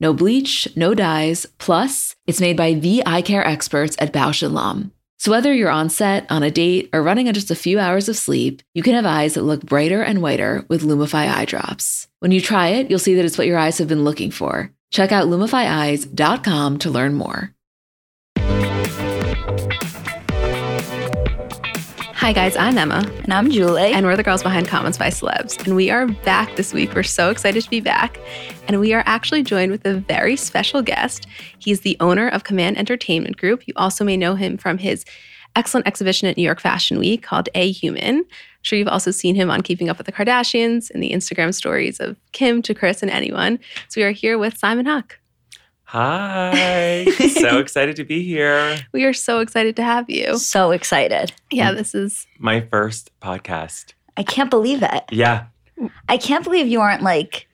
No bleach, no dyes. Plus, it's made by the eye care experts at Bausch & Lomb. So whether you're on set, on a date, or running on just a few hours of sleep, you can have eyes that look brighter and whiter with Lumify eye drops. When you try it, you'll see that it's what your eyes have been looking for. Check out lumifyeyes.com to learn more. Hi, guys, I'm Emma. And I'm Julie. And we're the girls behind Comments by Celebs. And we are back this week. We're so excited to be back. And we are actually joined with a very special guest. He's the owner of Command Entertainment Group. You also may know him from his excellent exhibition at New York Fashion Week called A Human. I'm sure you've also seen him on Keeping Up with the Kardashians and the Instagram stories of Kim to Chris and anyone. So we are here with Simon Huck. Hi. so excited to be here. We are so excited to have you. So excited. Yeah, this is my first podcast. I can't believe it. Yeah. I can't believe you aren't like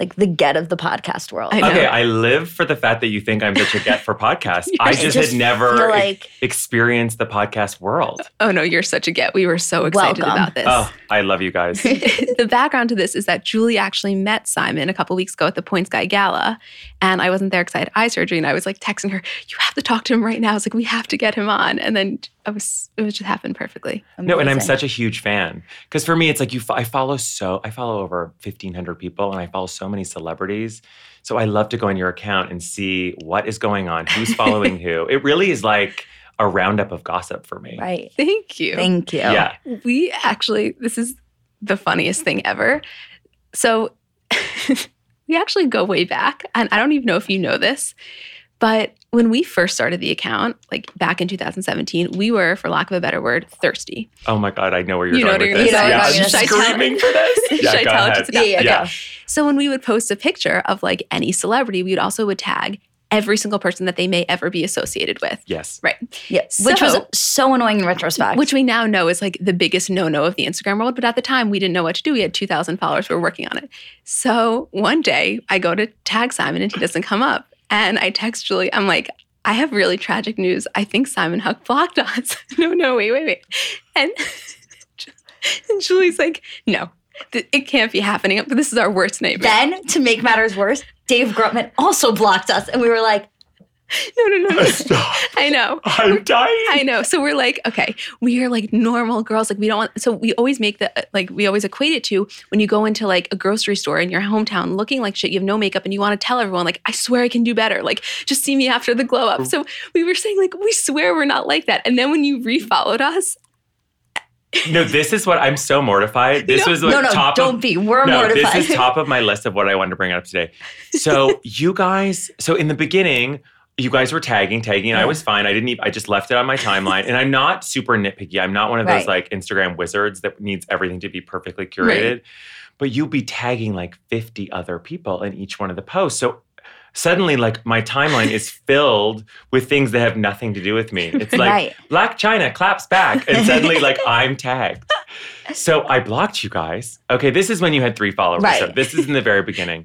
like the get of the podcast world. I know. Okay, I live for the fact that you think I'm such a get for podcasts. I Right. just, Just had never feel e- like- experienced the podcast world. Oh no, you're such a get. We were so excited Welcome. about this. Oh, I love you guys. the background to this is that Julie actually met Simon a couple weeks ago at the Points Guy Gala, and I wasn't there because I had eye surgery, and I was like texting her, "You have to talk to him right now." I was like, "We have to get him on," and then I was, it was just happened perfectly. No, and I'm Amazing. such a huge fan because for me, it's like you. Fo- I follow so I follow over 1,500 people, and I follow so many celebrities. So I love to go on your account and see what is going on, who's following who. It really is like a roundup of gossip for me. right. Oh, Thank you. Thank you. Yeah. we actually, this is the funniest thing ever. So we actually go way back, and I don't even know if you know this, but when we first started the account, like back in 2017, we were, for lack of a better word, thirsty. Oh my god, I know where you're You know going what you're with this. gonna say. yeah, Yeah, I'm should I tell- screaming for this. Should I go tell it ahead. just about- Yeah, Yeah. go. So when we would post a picture of like any celebrity, we would also would tag every single person that they may ever be associated with. Yes. Right. Yeah. Which was So- so annoying in retrospect. Which we now know is like the biggest no-no of the Instagram world, but at the time we didn't know what to do. We had 2000 followers, we were working on it. So one day I go to tag Simon and he doesn't come up. And I text Julie, I'm like, I have really tragic news. I think Simon Huck blocked us. no, no, wait, wait, wait. And, and Julie's like, no, th- it can't be happening. This is our worst nightmare. then to make matters worse, Dave Grutman also blocked us and we were like, no, no, no, no. Stop. I know. I'm dying. I know. So we're like, okay, we are like normal girls. Like we don't want. So we always make the like we always equate it to when you go into like a grocery store in your hometown looking like shit. You have no makeup and you want to tell everyone like, I swear I can do better. Like just see me after the glow Mm. up. So we were saying like we swear we're not like that. And then when you refollowed us, No, this is what I'm so mortified. This was like no, no, top don't of, be. We're no, mortified. this is top of my list of what I wanted to bring up today. So you guys, so in the beginning, you guys were tagging, tagging, and I Yeah. was fine. I didn't even, I just left it on my timeline. And I'm not super nitpicky. I'm not one of those Right. like Instagram wizards that needs everything to be perfectly Right. curated. But you'll be tagging like 50 other people in each one of the posts. So suddenly like my timeline is filled with things that have nothing to do with me. It's like right. Black China claps back, and suddenly, like, I'm tagged. So I blocked you guys. Okay, this is when you had three followers. So Right. this is in the very beginning.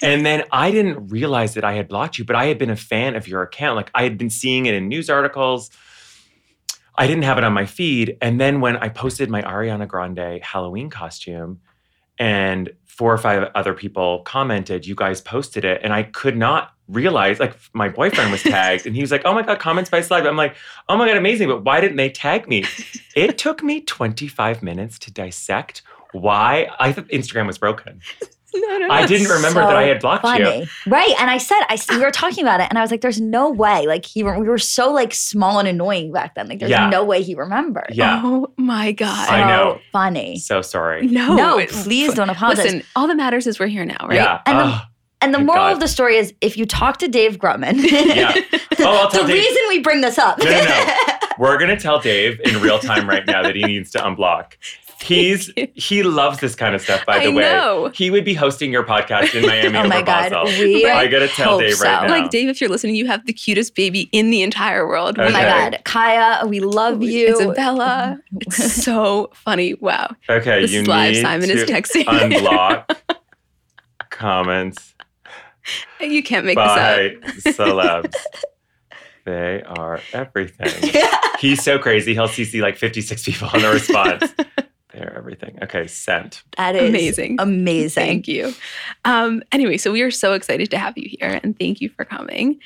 and then I didn't realize that I had blocked you, but I had been a fan of your account. Like, I had been seeing it in news articles. I didn't have it on my feed. And then when I posted my Ariana Grande Halloween costume, and four or five other people commented, you guys posted it. And I could not realize, like, my boyfriend was tagged, and he was like, oh my God, comments by slide. I'm like, oh my God, amazing. But why didn't they tag me? it took me 25 minutes to dissect why I thought Instagram was broken. no, no, no. I didn't remember so that I had blocked you. Funny. Right. And I said, I we were talking about it and I was like, there's no way. Like he we were so like small and annoying back then. Like there's Yeah. no way he remembered. Yeah. Oh my So I god. know. funny. So sorry. No. no, it's- please don't apologize. Listen, all that matters is we're here now, right? Yeah. And then- Ugh. and the thank moral God. of the story is if you talk to Dave Grutman, yeah. Oh, I'll the tell Dave. reason we bring this up. No, no, no. We're going to tell Dave in real time right now that he needs to unblock. He's he loves this kind of stuff, by the I way. know. He would be hosting your podcast in Miami Oh over my God, Basel. we I gotta tell hope Dave right so. now. Like Dave, if you're listening, you have the cutest baby in the entire world. Oh my Okay. God. Kaya, we love you. Isabella. It's so funny. Wow. okay, This you is live. need Simon to is texting. unblock comments you can't make by this up. celebs. They are everything. Yeah. He's so crazy. He'll CC like 56 people on the response. They're everything. Okay, sent. That is Amazing. Amazing. Thank you. Um, anyway, so we are so excited to have you here and thank you for coming.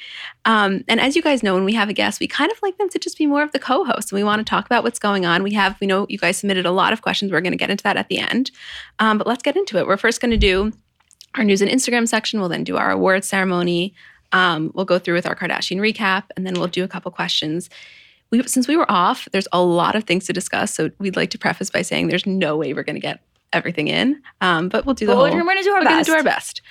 Um, and as you guys know, when we have a guest, we kind of like them to just be more of the co host and we want to talk about what's going on. We have, we know you guys submitted a lot of questions. We're going to get into that at the end. Um, but let's get into it. We're first going to do our news and Instagram section. We'll then do our awards ceremony. Um, we'll go through with our Kardashian recap and then we'll do a couple questions. We, since we were off, there's a lot of things to discuss. So we'd like to preface by saying there's no way we're going to get everything in, um, but we'll do the But whole we're going to do our we're best. gonna do our best.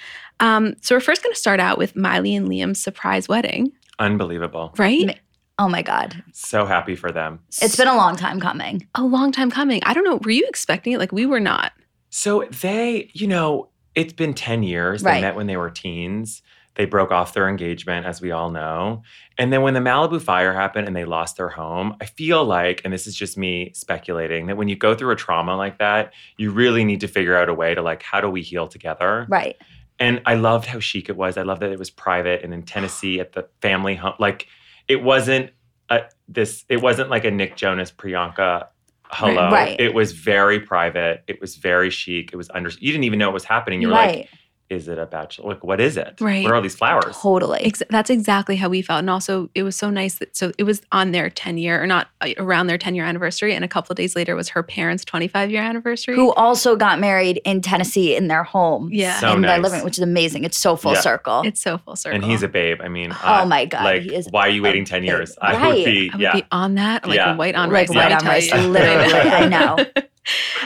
Um, so we're first gonna start out with Miley and Liam's surprise wedding, Unbelievable. right? Ma- oh my God. So happy for them. It's been a long time coming. a long time coming. I don't know. Were you expecting it? Like we were not. So they, you know, it's been 10 years. They Right. met when they were teens. They broke off their engagement, as we all know. And then when the Malibu fire happened and they lost their home, I feel like, and this is just me speculating, that when you go through a trauma like that, you really need to figure out a way to, like, how do we heal together? Right. And I loved how chic it was. I loved that it was private and in Tennessee at the family home. Like, it wasn't a, this, it wasn't like a Nick Jonas Priyanka hello. Right. It was very private. It was very chic. It was under, you didn't even know it was happening. You were like, Right. is it a bachelor? Like, what is it? Right. What are all these flowers? Totally. Ex- that's exactly how we felt. And also, it was so nice that so it was on their ten year or not uh, around their ten year anniversary, and a couple of days later was her parents' twenty five year anniversary. Who also got married in Tennessee in their home. Yeah, So in their nice. living room, which is amazing. It's so full Yeah. circle. it's so full circle. And he's a babe. I mean, oh uh, my God. like, he is why are you a waiting 10 babe. years? I would Right. be, I would yeah. be on that like Yeah. a white on rice. like let white me on tell rice. you. Literally. I know.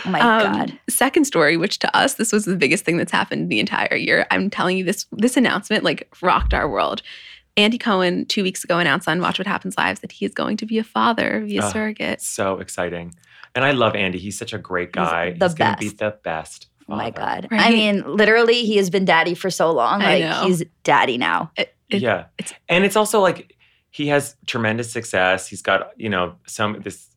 Oh my Um, God. Second story, which to us this was the biggest thing that's happened the entire year. I'm telling you this this announcement like rocked our world. Andy Cohen two weeks ago announced on Watch What Happens Live that he is going to be a father via Ah, surrogate. So exciting. And I love Andy. He's such a great guy. the going to be best. the best. Oh my father. God. I Right? mean, literally, he has been daddy for so long. I Like, know. he's daddy now. It- yeah. it's- and it's also like he has tremendous success. He's got, you know, some this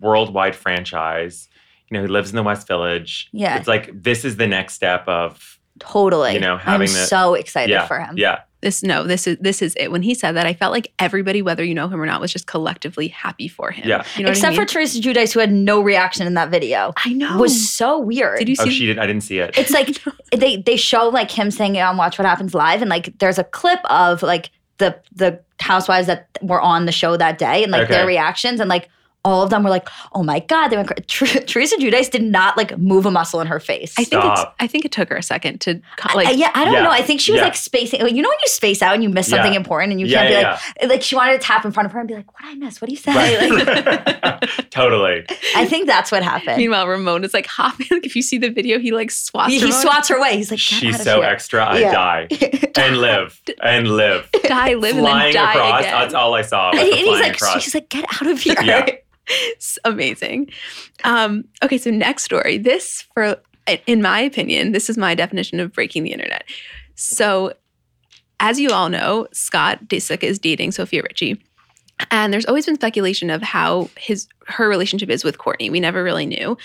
worldwide franchise. You know, he lives in the West Village. Yeah. It's like this is the next step of Totally. You know, I'm having the- so excited for him. yeah. This no, this is this is it. When he said that, I felt like everybody, whether you know him or not, was just collectively happy for him. Yeah. You know what Except I mean? for Teresa Judice, who had no reaction in that video. I know. Was so weird. Did you Oh, See- she did I didn't see it. it's like they they show like him saying on Watch What Happens Live, and like there's a clip of like the the housewives that were on the show that day, and like their Okay. reactions, and like all of them were like, "Oh my god!" They went. cra- Ter- Teresa Judice did not like move a muscle in her face. I think it's, Stop. I think it took her a second to co- Uh, like yeah, I don't Yeah. know. I think she was Yeah. like spacing. You know when you space out and you miss something Yeah. important, and you yeah, can't yeah, be like, like she wanted to tap in front of her and be like, "What did I miss? What do you say?" yeah. Like, Right. totally. I think that's what happened. Meanwhile, Ramon is like hopping. Like, if you see the video, he like swats. he, he Ramon. swats her away. He's like, "Get out She's of so here." extra. I Yeah. die and live and live. die, live, and then flying die across. again. That's all I saw. Was And, he- the and he's flying like, across. she's like, "Get out of here." Yeah. It's amazing. Um, okay, so next story. This, for in my opinion, this is my definition of breaking the internet. So, as you all know, Scott Disick is dating Sophia Richie, and there's always been speculation of how his her relationship is with Courtney. We never really knew,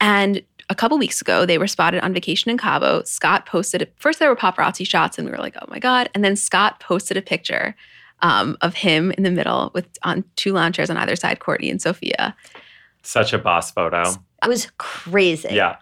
and. A couple weeks ago, they were spotted on vacation in Cabo. Scott posted first there were paparazzi shots, and we were like, "Oh my god!" And then Scott posted a picture um, of him in the middle with on two lawn chairs on either side, Courtney and Sophia. such a boss photo. It was crazy. Yeah.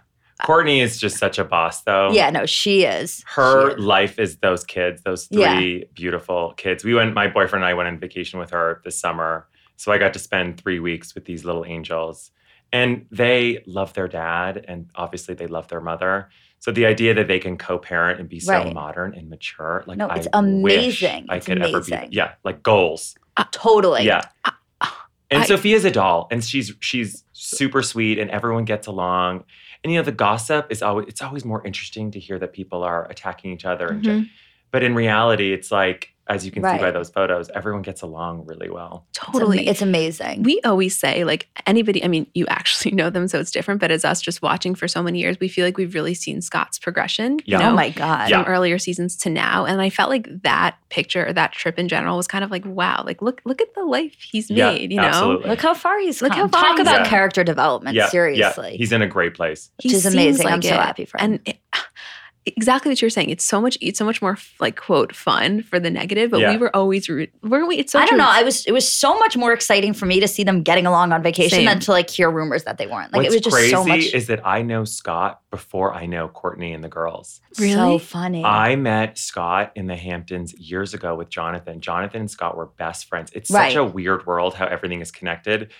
Courtney is just such a boss though. Yeah, no, she is. her She is. life is those kids, those Yeah. three beautiful kids. We went, my boyfriend and I went on vacation with her this summer. So I got to spend three weeks with these little angels. And they love their dad, and obviously they love their mother. So the idea that they can co-parent and be so Right. modern and mature, like No, it's I wish amazing. I It's could ever amazing. be. Yeah, like goals. totally. yeah. And I- Sophia's a doll, and she's she's super sweet, and everyone gets along. And you know, the gossip is always it's always more interesting to hear that people are attacking each other and Mhm. But in reality, it's like, as you can Mm-hmm. Right. see by those photos, everyone gets along really well. Totally. It's amazing. we always say like anybody i mean you actually know them so it's different but as us just watching for so many years we feel like we've really seen scott's progression you Yeah. know oh my god. from earlier seasons to now and i felt like that picture or that trip in general was kind of like wow like look look at the life he's Yeah, made you know absolutely. Look how far he's Look come. how far Talk he's about come. character development. seriously. He's in a great place. He Which is seems amazing. I'm like so it. happy for him. and it- exactly what you're saying it's so much it's so much more like quote fun for the negative but we Yeah. were always root- weren't we it's so I don't true. know. I was it was so much more exciting for me to see them getting along on vacation Same. than to like hear rumors that they weren't. Like What's it was just crazy so much is that I know Scott before I know Courtney and the girls. Really? so funny. I met Scott in the Hamptons years ago with Jonathan. Jonathan and Scott were best friends. It's Right. such a weird world how everything is connected.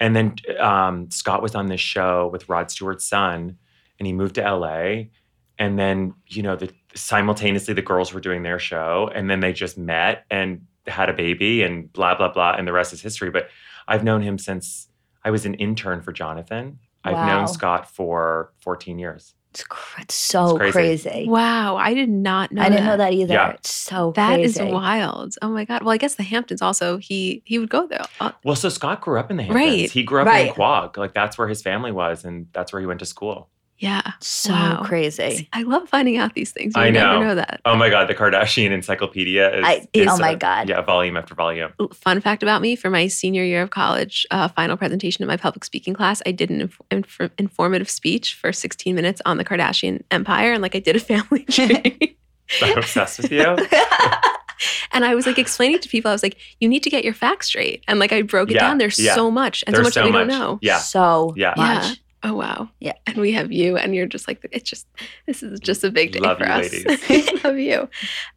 And then um, Scott was on this show with Rod Stewart's son, and he moved to LA. And then, you know, the, simultaneously the girls were doing their show, and then they just met and had a baby and blah, blah, blah. And the rest is history. But I've known him since I was an intern for Jonathan. I've Wow. known Scott for 14 years. it's, cr- it's so It's crazy. crazy. wow i did not know I didn't know that either. Yeah. It's so That is crazy. wild. Oh my god. Well, I guess the Hamptons also he he would go there. Uh, Well, so Scott grew up in the Hamptons. Right. He grew up Right. in Quag. Like that's where his family was, and that's where he went to school. yeah. So Wow. crazy. I love finding out these things. You I never know. know that. Oh my God, the Kardashian encyclopedia is. I, is oh my a- god. Yeah, volume after volume. Fun fact about me: for my senior year of college, uh, final presentation in my public speaking class, I did an inf- inf- informative speech for 16 minutes on the Kardashian empire, and like I did a family tree. I'm obsessed with you. and I was like explaining to people, I was like, "You need to get your facts straight," and like I broke it Yeah, down. There's yeah. so much and There's so much so that we much. don't know. Yeah. So Yeah. much. Yeah. Oh wow. Yeah. And we have you and you're just like it's just this is just a big day Love for you, us. Love you.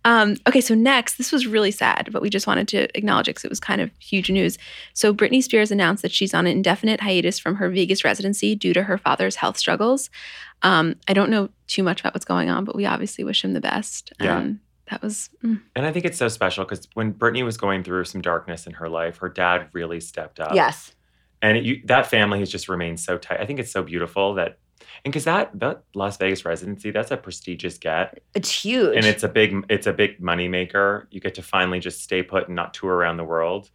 Um, okay, so next, this was really sad, but we just wanted to acknowledge it because it was kind of huge news. So Britney Spears announced that she's on an indefinite hiatus from her Vegas residency due to her father's health struggles. Um, I don't know too much about what's going on, but we obviously wish him the best. Yeah. And that was mm, And I think it's so special because when Brittany was going through some darkness in her life, her dad really stepped up. Yes. And it, you, that family has just remained so tight. I think it's so beautiful that, and because that that Las Vegas residency, that's a prestigious get, It's huge. and it's a big it's a big money maker. You get to finally just stay put and not tour around the world.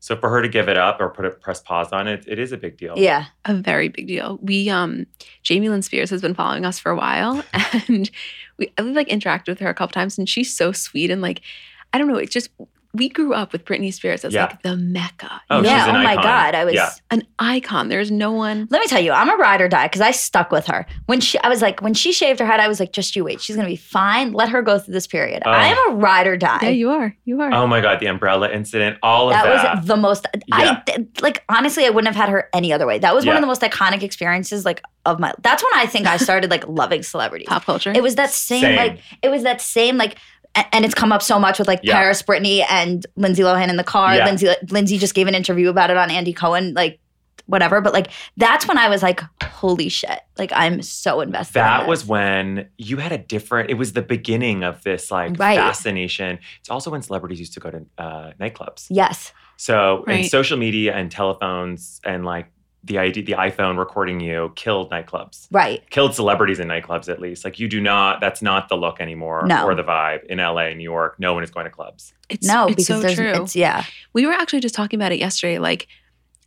So for her to give it up or put a press pause on it, it is a big deal. yeah. a very big deal. We um Jamie Lynn Spears has been following us for a while and we I've like interacted with her a couple times and she's so sweet and like I don't know, it's just we grew up with Britney Spears as Yeah. like the Mecca. Oh, you she's yeah. know? an oh my icon. god. I was Yeah. an icon. There's no one Let me tell you, I'm a ride or die because I stuck with her. When she, I was like, when she shaved her head, I was like, just you wait, she's gonna be fine. Let her go through this period. Oh. I am a ride or die. Yeah, you are. You are. Oh my God, the umbrella incident, all of that, that. was the most. Yeah. I like honestly, I wouldn't have had her any other way. That was one Yeah. of the most iconic experiences like of my. That's when I think I started like loving celebrities. Pop culture. It was that same, Same. like it was that same like. a- And it's come up so much with like Yeah. Paris Brittany and Lindsay Lohan in the car. Yeah. Lindsay Lindsay just gave an interview about it on Andy Cohen, like whatever. But like that's when I was like, holy shit! Like I'm so invested. in that this. was when you had a different. It was the beginning of this like Right. fascination. It's also when celebrities used to go to uh, nightclubs. yes, So Right. and social media and telephones and like the idea, the iPhone recording you killed nightclubs, right. killed celebrities in nightclubs at least. Like you do not. That's not the look anymore No. or the vibe in LA, and New York. No one is going to clubs. it's No, it's because so there's true. it's yeah, we were actually just talking about it yesterday. Like,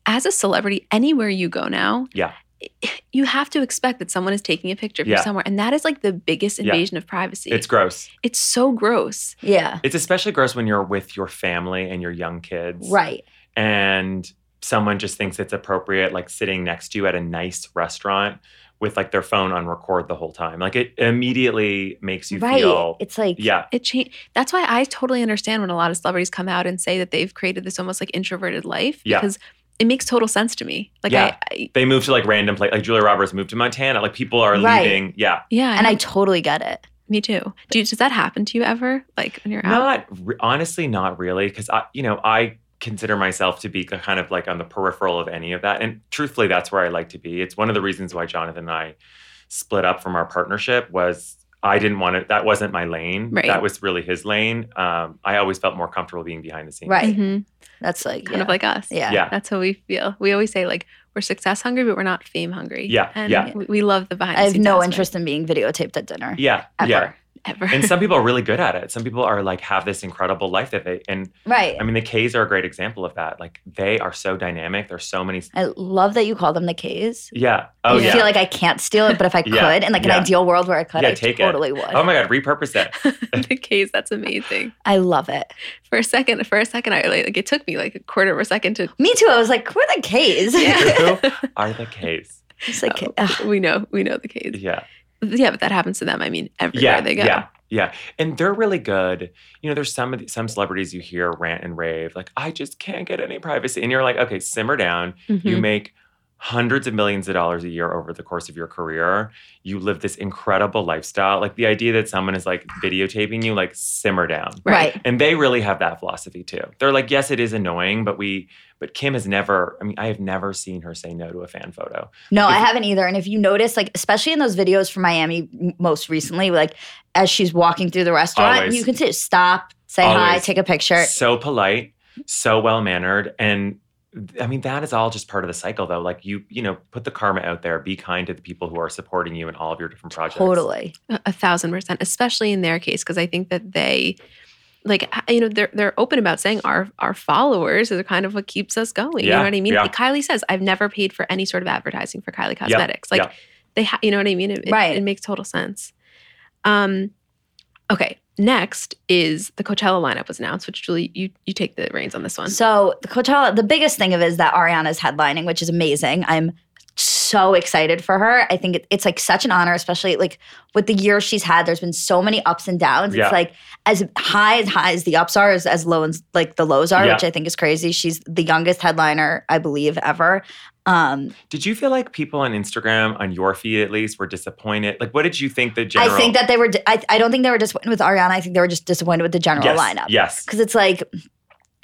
as a celebrity, anywhere you go now, Yeah. you have to expect that someone is taking a picture of you Yeah. somewhere, and that is like the biggest Yeah. invasion of privacy. It's gross. it's so gross. yeah, It's especially gross when you're with your family and your young kids. right. and someone just thinks it's appropriate like sitting next to you at a nice restaurant with like their phone on record the whole time like it immediately makes you right. feel it's like yeah It changed. That's why I totally understand when a lot of celebrities come out and say that they've created this almost like introverted life Yeah. because it makes total sense to me. Like Yeah. I, I, they move to like random place like julia roberts moved to montana like people are Right. leaving yeah yeah, and I totally get it. me too. Do, you- does that happen to you ever? Like when you're out? not re- honestly not really because i you know i consider myself to be k- kind of like on the peripheral of any of that and truthfully that's where i like to be it's one of the reasons why jonathan and i split up from our partnership was i didn't want to that wasn't my lane Right. that was really his lane um, i always felt more comfortable being behind the scenes Right. Mhm. That's Kind like Mm-hmm. yeah. of like us. yeah. yeah That's how we feel. We always say like we're success hungry, but we're not fame hungry. Yeah, and yeah. We, we love the behind. I the have scenes no aspect. interest in being videotaped at dinner. yeah Ever. yeah ever. And some people are really good at it. Some people are like have this incredible life that they and Right. I mean the K's are a great example of that. Like they are so dynamic. There's so many I love that you call them the K's. Yeah. Oh I yeah. feel like I can't steal it, but if I could, Yeah, in like yeah. an ideal world where I could, Yeah, I take it. totally would. oh my god, repurpose that. the case, that's amazing. I love it. For a second, for a second, I like, like it took me like a quarter of a second to. Me too. I was like, who are the K's? Yeah. Who are the K's? It's like, Oh, ugh. we know, we know the case. Yeah. Yeah, but that happens to them. I mean, everywhere yeah, they go. Yeah, yeah, and they're really good. You know, there's some of the, some celebrities you hear rant and rave like, "I just can't get any privacy," and you're like, "Okay, simmer down. You Mhm. make hundreds of millions of dollars a year over the course of your career. You live this incredible lifestyle. Like the idea that someone is like videotaping you, like simmer down." right. And they really have that philosophy too. They're like, yes, it is annoying, but we, but Kim has never. I mean, I have never seen her say no to a fan photo. No, I If- haven't either. And if you notice, like especially in those videos from Miami m- most recently, like as she's walking through the restaurant, Always. you can say stop, say hi, Always. take a picture. So polite, so well mannered, and th- I mean that is all just part of the cycle, though. Like you, you know, put the karma out there. Be kind to the people who are supporting you in all of your different projects. Totally. A a thousand percent, especially in their case, because I think that they, like, h- you know, they're they're open about saying our our followers are kind of what keeps us going. you know Yeah, what I mean? yeah. Like Kylie says, I've never paid for any sort of advertising for Kylie Yeah, Cosmetics. Like yeah. they, ha- you know what I mean? It, it- Right. It, makes total sense. Um, okay. Next is the Coachella lineup was announced, which Julie, you you take the reins on this one. So the Coachella, the biggest thing of it is that Ariana's headlining, which is amazing. I'm so excited for her. I think it, it's like such an honor, especially like with the year she's had. There's been so many ups and downs. Yeah. It's like as high as high as the ups are, as, as low as like the lows are, Yeah. which I think is crazy. She's the youngest headliner, I believe, ever. Um, Did you feel like people on Instagram, on your feed at least, were disappointed? Like, what did you think the general? I think that they were. I, I don't think they were disappointed with Ariana. I think they were just disappointed with the general yes, lineup. Yes, Because it's like,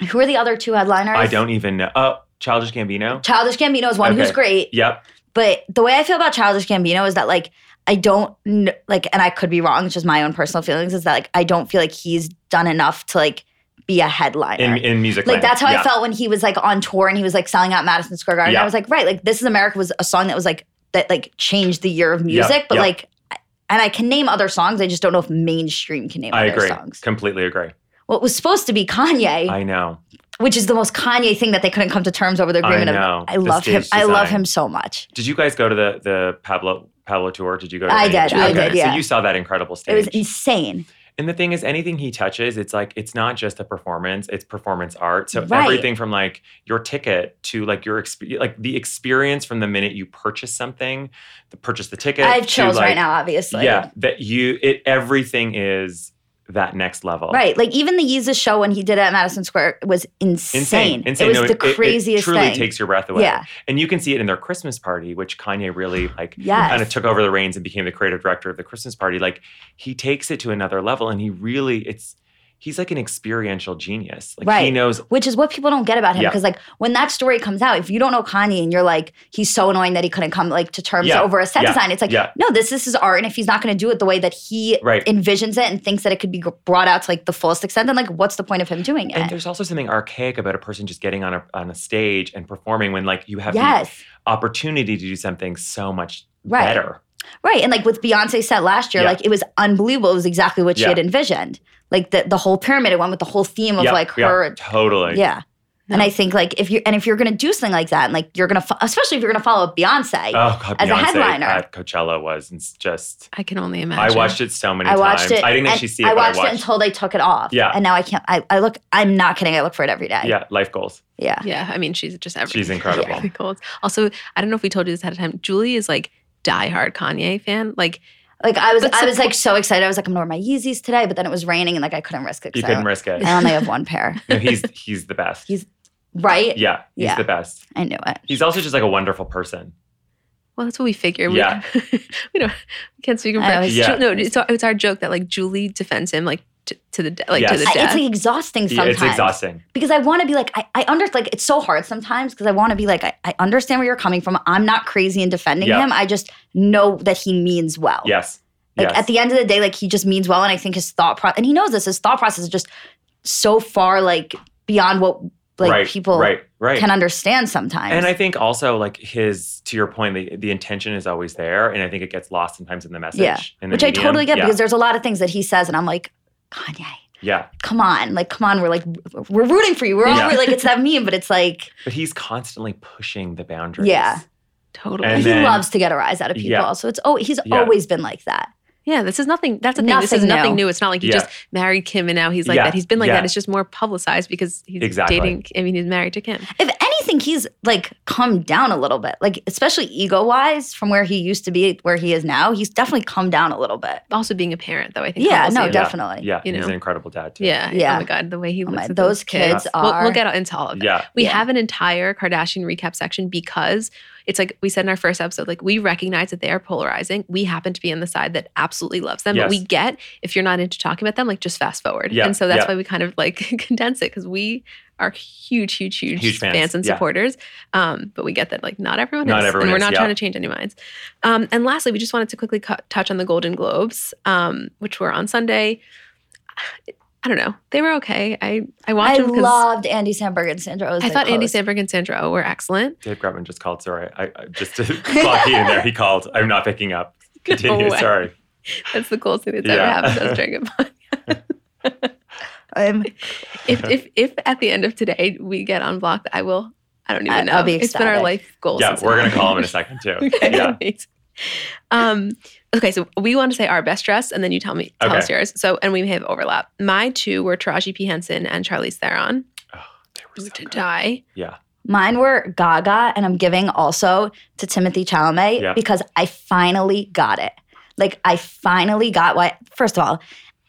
who are the other two headliners? I don't even know. Oh, Childish Gambino. Childish Gambino is one who's Okay. great, Yep. but the way I feel about Childish Gambino is that like I don't kn- like, and I could be wrong. It's just my own personal feelings is that like I don't feel like he's done enough to like be a headliner. In in music. like land. that's how Yeah. I felt when he was like on tour and he was like selling out Madison Square Garden. Yeah. I was like, right, like This Is America was a song that was like that like changed the year of Yeah, music, but yeah. like, I- and I can name other songs. I just don't know if mainstream can name I other agree. songs. Completely agree. What was supposed to be Kanye, I know. which is the most Kanye thing that they couldn't come to terms over the I agreement. of- know. I The love him. stage I love design. him so much. Did you guys go to the the Pablo Pablo tour? Did you go? to I any- did, I Okay, did, yeah. So you saw that incredible stage. It was insane. And the thing is, anything he touches, it's like it's not just a performance; it's performance art. So Right. everything from like your ticket to like your exp- like the experience from the minute you purchase something, the purchase the ticket. I have to, chills like- right now, obviously. yeah, that you it everything is that next level. Right. Like even the Yeezus show when he did it at Madison Square was insane. Insane. Insane. It was No, the craziest it, truly thing. takes your breath away. Yeah. And you can see it in their Christmas party, which Kanye really like Yes. kind of took over the reins and became the creative director of the Christmas party. Like he takes it to another level and he really it's he's like an experiential genius. Like he Right. knows which is what people don't get about him Yeah. because like when that story comes out if you don't know kanye and you're like he's so annoying that he couldn't come like to terms Yeah. over a set Yeah. design it's like Yeah. no this is his art and if he's not going to do it the way that he Right. envisions it and thinks that it could be gr- brought out to like the fullest extent then like what's the point of him doing and it there's also something archaic about a person just getting on a on a stage and performing when like you have the yes opportunity to do something so much Right. better. right and like with beyonce set last year Yeah. like it was unbelievable it was exactly what she Yeah. had envisioned like the, the whole pyramid it went with the whole theme of Yeah, like yeah, her totally. yeah and No. i think like if you and if you're going to do something like that and like you're going to fo- especially if you're going to follow up beyonce Oh God, As a Beyonce headliner. at Coachella was it's just I can only imagine. I watched it so many I watched times. it. I didn't and actually see it, I but watched, I it watched. until they took it off. Yeah. And now I can't. I, I look. I'm not kidding. I look for it every day. yeah, life goals. Yeah. Yeah, I mean, she's just everything. She's incredible. Everything holds. Also, I don't know if we told you this ahead of time. Julie is like diehard Kanye fan. Like, Like I was. But I was support- like so excited. I was like, I'm gonna wear my Yeezys today, but then it was raining and like I couldn't risk it. 'cause You I couldn't don't- risk it. I only have one pair. No, he's he's the best. He's- Right. yeah, he's Yeah. the best. I knew it. He's also just like a wonderful person. well, that's what we figure. We- Yeah. we don't. We can't speak in I front. always- Yeah. No, it's our, it's our joke that like Julie defends him like to, to the de- like to Yes. the I- death. it's like exhausting Yeah, sometimes It's exhausting. because I want to be like I, I under like it's so hard sometimes because I want to be like I, I understand where you're coming from. I'm not crazy in defending Yeah. him. I just know that he means well. Yes. Like yes. at the end of the day, like he just means well, and I think his thought process, and he knows this. His thought process is just so far like beyond what like right, people Right. right. can understand sometimes. And I think also like his to your point, the, the intention is always there, and I think it gets lost sometimes in the message. Yeah. in the which I medium. totally get yeah. because there's a lot of things that he says, and I'm like, Kanye, yeah, come on, like, come on, we're like, we're rooting for you. We're all Yeah. like, it's that meme, but it's like but he's constantly pushing the boundaries. Yeah. Totally. And he then- loves to get a rise out of people. Yeah. So it's oh, he's Yeah. always been like that. yeah, this is nothing. That's the thing. this Nothing is nothing new. new. It's not like he Yeah. just married Kim and now he's like Yeah. that. He's been like Yeah. that. It's just more publicized because he's Exactly. dating. I mean, he's married to Kim. If anything, he's like come down a little bit, like especially ego wise from where he used to be, where he is now. He's definitely come down a little bit. Also being a parent, though, I think. Yeah, humbles no, you. definitely. yeah, You he's know. an incredible dad too. Yeah. Yeah. Oh my God, the way he Oh looks my- at those kids We'll, are- we'll get into all of that. yeah, We Yeah. have an entire Kardashian recap section because it's like we said in our first episode, like we recognize that they are polarizing. We happen to be on the side that absolutely loves them, Yes. but we get if you're not into talking about them, like just fast forward. Yeah, And so that's yeah. why we kind of like condense it because we are huge, huge, huge, Huge fans, fans, and yeah. supporters. Um, but we get that like not everyone Not is, everyone and we're is, not yeah. trying to change any minds. Um, and lastly, we just wanted to quickly cu- touch on the Golden Globes, um, which were on Sunday. I don't know. They were okay. I I watched I them 'cause loved Andy Samberg and Sandra. Oh I thought Andy Samberg and Sandra Oh were excellent. Dave Grubman just called. Sorry, I, I just to clock you in there. He called. I'm not picking up. Continue. way. sorry. Oh, That's the coolest thing that's Yeah. ever happened to us during a podcast. I'm, If, if if at the end of today we get unblocked, I will. I don't I- even know. I'll be it's been our ecstatic. life goal. yeah, since it we're gonna happened. call him in a second too. okay. Yeah, amazing. Um, okay, so we want to say our best dress, and then you tell me tell Okay. us yours. So, and we have overlap. My two were Taraji P Henson and Charlize Theron. they were so to good. die. Yeah, Mine were Gaga, and I'm giving also to Timothy Chalamet Yeah. because I finally got it. Like I finally got why. First of all,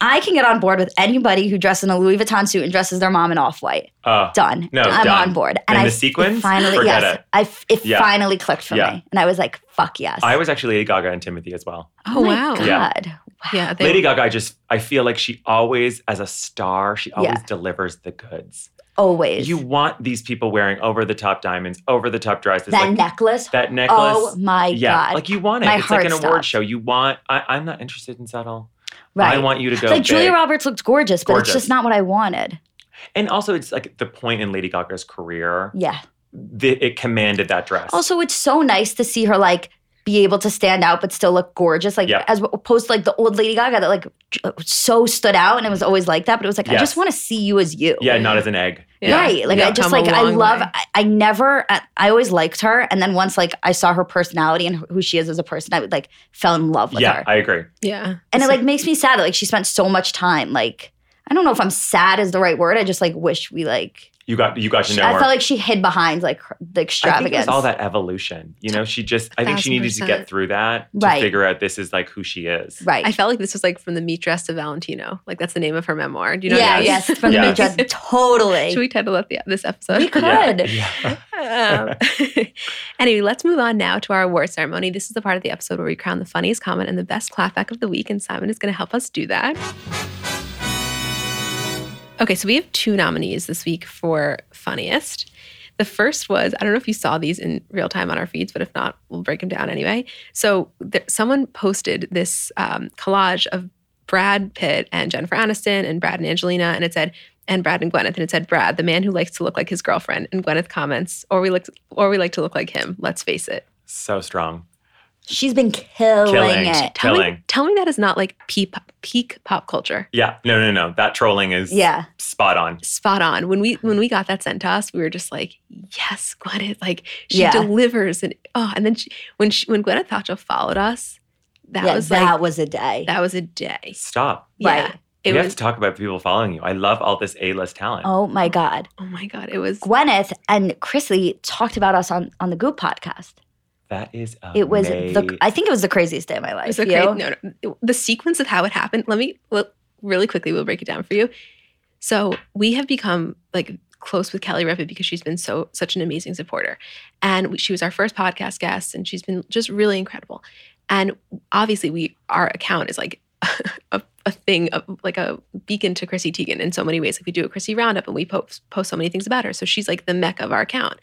I can get on board with anybody who dresses in a Louis Vuitton suit and dresses their mom in off white. uh, Done. No, I'm done. on board. And I the f- it sequins? finally, Forget yes, it. I f- it Yeah. finally clicked for Yeah. me, and I was like, "Fuck yes!" I was actually Lady Gaga and Timothy as well. Oh, my wow. God. Yeah. Yeah, they, Lady Gaga, I just I feel like she always, as a star, she always delivers the goods. Always You want these people wearing over the top diamonds, over the top dresses, that like, necklace. that necklace. Oh my yeah, god! like you want it. My it's like an heart award stopped. show. You want. I, I'm not interested in subtle. right. I want you to go like Julia big. Roberts looked gorgeous, but Gorgeous. it's just not what I wanted. And also, it's like the point in Lady Gaga's career Yeah. that it commanded that dress. Also, it's so nice to see her like be able to stand out but still look gorgeous, like Yeah. as opposed to like the old Lady Gaga that like j- uh, so stood out and it was always like that. But it was like I Yes. just want to see you as you. yeah, not as an egg. yeah. Right. Like Yeah. I just Come a like I long love way. I, I never I, I always liked her and then once like I saw her personality and who she is as a person I like fell in love with yeah, her. I agree. yeah. and it like makes me sad that like she spent so much time like I don't know if I'm sad is the right word. I just like wish we like You got you got to she- know I her. felt like she hid behind like her- the I think it extravagance. was all that evolution. You know, she just I think she Thousand needed to get percent. through that to Right. figure out this is like who she is. Right. I felt like this was like from the meat dress to Valentino. Like that's the name of her memoir. Do you know? yeah, what I mean? yes, from Yeah. the dress. Totally. Should we title that the, this episode? We could. Yeah. Good. Yeah. Um, anyway, let's move on now to our award ceremony. This is the part of the episode where we crown the funniest comment and the best clapback of the week, and Simon is going to help us do that. Okay, so we have two nominees this week for funniest. The first was I don't know if you saw these in real time on our feeds, but if not, we'll break them down anyway. So there, someone posted this um, collage of Brad Pitt and Jennifer Aniston and Brad and Angelina, and it said and Brad and Gwyneth, and it said Brad, the man who likes to look like his girlfriend, and Gwyneth comments, or we look, or we like to look like him. Let's face it. So strong. She's been killing, Killing. it. Tell Killing. me, tell me that is not like peep, peak pop culture. Yeah. No, no, no. That trolling is Yeah. spot on. Spot on. When we when we got that sent to us, we were just like, yes, Gwyneth, like she Yeah. delivers, and oh, and then she, when she, when Gwyneth Paltrow followed us, that yeah, was that like was a day. that was a day. Stop. Yeah, Right. it we have was. to talk about people following you. I love all this A-list talent. oh my God. Oh my god, it was. Gwyneth and Chrisley talked about us on, on the Goop podcast. That is amazing. It was the I think it was the craziest day of my life. It was a you? cra- no, no. The sequence of how it happened. Let me well, really quickly. We'll break it down for you. So we have become like close with Kelly Ripa because she's been so such an amazing supporter, and we, she was our first podcast guest, and she's been just really incredible. And obviously, we our account is like. A, a thing of like a beacon to Chrissy Teigen in so many ways. Like we do a Chrissy roundup and we post post so many things about her. So she's like the mecca of our account.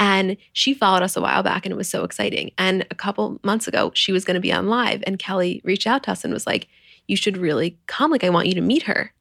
And she followed us a while back and it was so exciting. And a couple months ago, she was going to be on live and Kelly reached out to us and was like, You should really come. Like, I want you to meet her,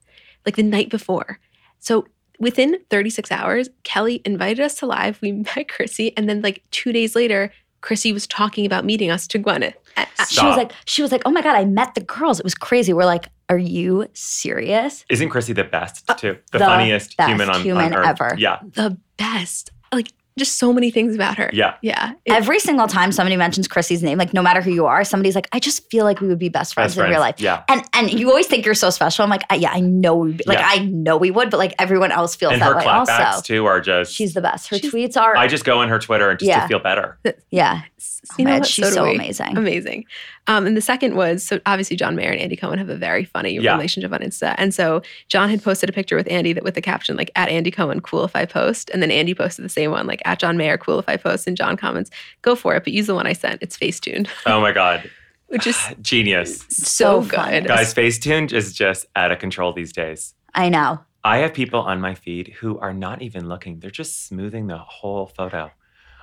like the night before. So Within 36 hours, Kelly invited us to live. We met Chrissy, and then like two days later, Chrissy was talking about meeting us to Gwyneth. I- I- She was Stop. like, she was like, oh my god, I met the girls. It was crazy. We're like, are you serious? Isn't Chrissy the best too? The, Uh, the funniest best human on, on human earth. ever. Yeah, the best. Like just so many things about her. yeah. Yeah. It- Every single time somebody mentions Chrissy's name, like no matter who you are, somebody's like, I just feel like we would be best friends Best in friends. real life. Yeah. And and you always think you're so special. I'm like, I, yeah, I know, we like Yeah. I know we would, but like everyone else feels And that her way clapbacks also. too are just. She's the best. Her She's- tweets are, I just go on her Twitter and just Yeah. to feel better. yeah, s- Oh you my know God, what? she's do so we. amazing. Amazing. Um, and the second was so obviously John Mayer and Andy Cohen have a very funny Yeah. relationship on Insta. And so John had posted a picture with Andy that with the caption like at Andy Cohen, cool if I post. And then Andy posted the same one, like at John Mayer, cool if I post. And John comments, go for it, but use the one I sent. It's Facetune, Oh my god, which is genius! so, So good. funny. Guys, Facetune is just out of control these days. I know. I have people on my feed who are not even looking; they're just smoothing the whole photo.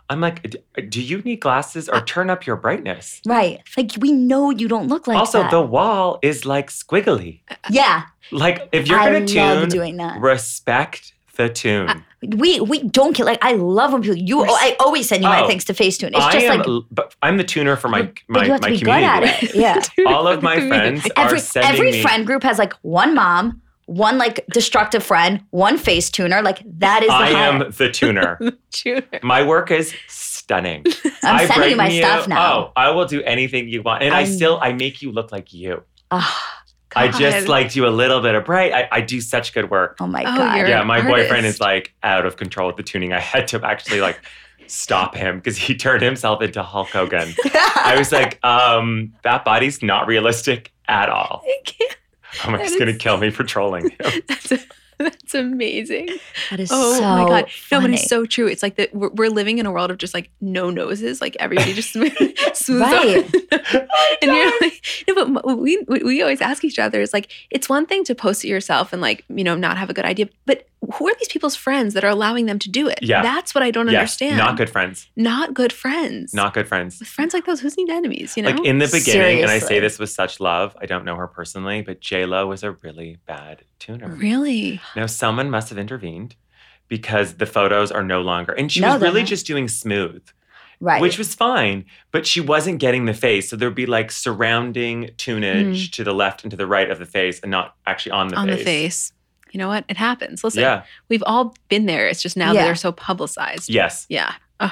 I'm like, "D- do you need glasses or turn up your brightness? Right. Like we know you don't look like also, that. the wall is like squiggly. yeah, Like if you're I gonna love tune, doing that. Uh, respect the tune. We we don't get like I love when people you. Oh, I always send you my Oh. things to Facetune. It's I just am, like l- but I'm the tuner for my but my, you have my to be community. good at it. Yeah. All of my friends are every sending every me. friend group has like one mom, one like destructive friend, one face tuner. Like that is. The I hierarchy. am the tuner. Tuner. My work is stunning. I'm I sending you bring my stuff now. Oh, I will do anything you want, and i I'm- still I make you look like you. Ah, I God. just like do a little bit of bright. I, I do such good work. Oh, my Oh, god. you're- yeah, my an boyfriend artist. is like out of control with the tuning. I had to actually like stop him because he turned himself into Hulk Hogan. I was like, um, that body's not realistic at all. I can't. Oh, That it's gonna is- kill me for trolling. That's, that's amazing. that is Oh so my god! No, but funny. it's so true. It's like that we're, we're living in a world of just like no noses. Like everybody just smooth, smooths Right. out. and you're like, no, but m- what we what we always ask each other is like, it's one thing to post it yourself and like you know not have a good idea, but who are these people's friends that are allowing them to do it? Yeah. that's what I don't Yes, understand. not good friends. Not good friends. Not good friends. with friends like those. Who's need enemies? You know. Like in the beginning, and I Seriously. say this with such love. I don't know her personally, but J Lo was a really bad tuner. Really? Now someone must have intervened because the photos are no longer, and she No, was they're really not. just doing smooth, right. which was fine, but she wasn't getting the face. So there'd be like surrounding tunage to the left and to the right of the face, and not actually on the On face. the face. You know what? It happens. Listen, Yeah. we've all been there. It's just now that Yeah. they're so publicized. Yes. Yeah. Ugh.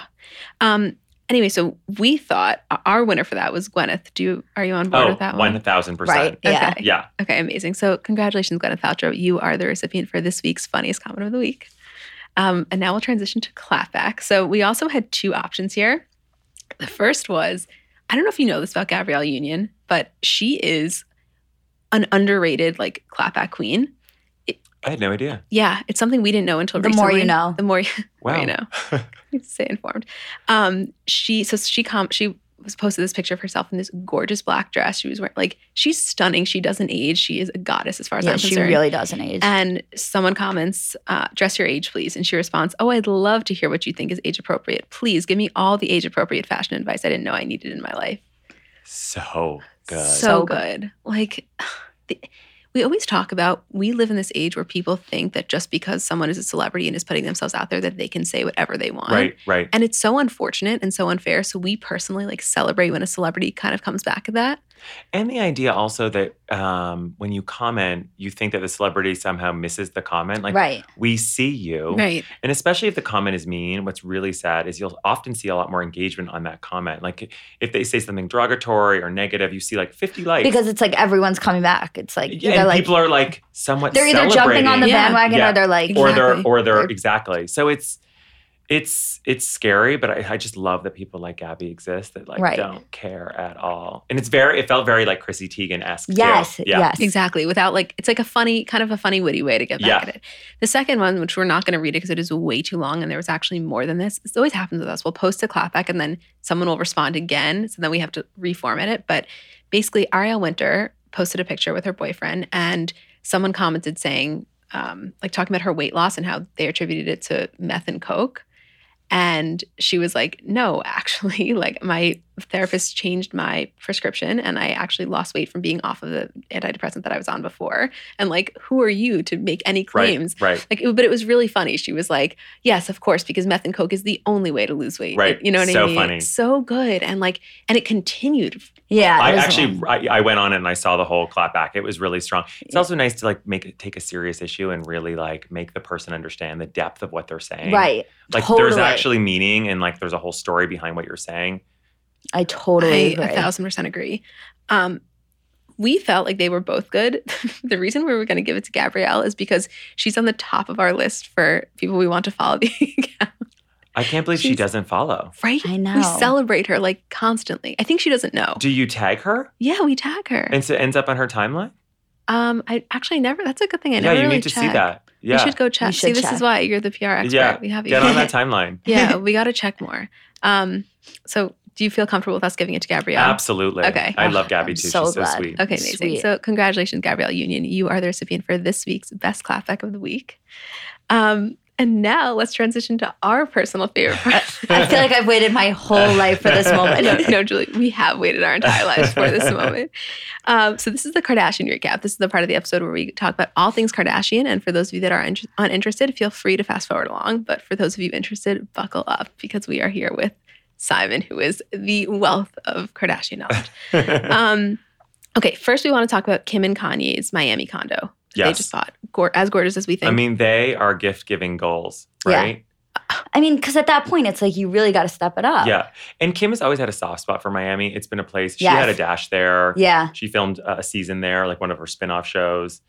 Um. Anyway, so we thought uh, our winner for that was Gwyneth. Do you are you on board Oh, with that one? one thousand right. percent. Yeah. Okay. Yeah. Okay. Amazing. So congratulations, Gwyneth Paltrow. You are the recipient for this week's funniest comment of the week. Um, and now we'll transition to clapback. So we also had two options here. The first was I don't know if you know this about Gabrielle Union, but she is an underrated like clapback queen. I had no idea. Yeah, it's something we didn't know until The more you recently. know. The more Wow. you know. Stay informed. Um, she so she com she was posted this picture of herself in this gorgeous black dress. She was wearing like she's stunning. She doesn't age. She is a goddess as far as yeah, I'm she concerned. really doesn't age. and someone comments, uh, "Dress your age, please." And she responds, "Oh, I'd love to hear what you think is age appropriate. Please give me all the age appropriate fashion advice I didn't know I needed in my life." So good. So So good. good. Like the, we always talk about we live in this age where people think that just because someone is a celebrity and is putting themselves out there that they can say whatever they want. right. Right. And it's so unfortunate and so unfair. So we personally like celebrate when a celebrity kind of comes back at that. And the idea also that um, when you comment, you think that the celebrity somehow misses the comment. Like, right. we see you. Right. And especially if the comment is mean, what's really sad is you'll often see a lot more engagement on that comment. Like, if they say something derogatory or negative, you see like 50 likes. Because it's like everyone's coming back. It's like Yeah, they're and like people are like somewhat they're either jumping on the celebrating. Yeah. bandwagon Yeah. or they're like or they're Exactly. or they're They're- exactly so it's it's it's scary but I, I just love that people like gabby exist that like Right. don't care at all and it's very it felt very like chrissy teigen-esque too. yes, yeah yes. Exactly. Without like, it's like a funny, kind of a funny, witty way to get back Yeah. at it. The second one, which we're not going to read it because it is way too long and there was actually more than this. This always happens with us. We'll post a clapback and then someone will respond again. So then we have to reformat it. But basically, Ariel Winter posted a picture with her boyfriend and someone commented saying, um, like talking about her weight loss and how they attributed it to meth and coke. And she was like, no, actually, like my therapist changed my prescription and I actually lost weight from being off of the antidepressant that I was on before. And like, who are you to make any claims? Right. Like, it, but it was really funny. She was like, "Yes, of course, because meth and coke is the only way to lose weight." Right. You know what I So mean? funny. So good, and like, and it continued. Yeah. I there's a actually lot. I, I went on it and I saw the whole clap back. It was really strong. It's also nice to like make it take a serious issue and really like make the person understand the depth of what they're saying. Right. Like there's Totally. actually meaning and like there's a whole story behind what you're saying. I totally I a agree. thousand percent agree. Um, we felt like they were both good. the reason we were going to give it to Gabrielle is because she's on the top of our list for people we want to follow the account, I can't believe she She's- doesn't follow. right? I know. We celebrate her like constantly. I think she doesn't know. Do you tag her? yeah, we tag her. And so it ends up on her timeline? Um, I actually never. That's a good thing. I yeah, never you really need to see checked. that. You Yeah. should go check. You See, should this check. is why you're the PR expert. Yeah. We have you. Get on that timeline. yeah, we got to check more. Um, so do you feel comfortable with us giving it to Gabrielle? Absolutely. Okay. I love Gabby I'm too. so She's so glad. sweet. Okay, amazing. Sweet. So, congratulations, Gabrielle Union. You are the recipient for this week's best clapback of the week. Um, and now let's transition to our personal favorite. part. I feel like I've waited my whole life for this moment. no, no, Julie, we have waited our entire lives for this moment. Um, so, this is the Kardashian recap. This is the part of the episode where we talk about all things Kardashian. And for those of you that are inter- uninterested, feel free to fast forward along. But for those of you interested, buckle up because we are here with Simon, who is the wealth of Kardashian knowledge. um, okay, first we want to talk about Kim and Kanye's Miami condo. that They Yes. just bought Gor as gorgeous as we think. I mean, they are gift giving goals, Yeah. right? I mean, because at that point, it's like you really got to step it up. Yeah. And Kim has always had a soft spot for Miami. It's been a place. She Yes. had a dash there. Yeah. She filmed a season there, like one of her spin-off shows.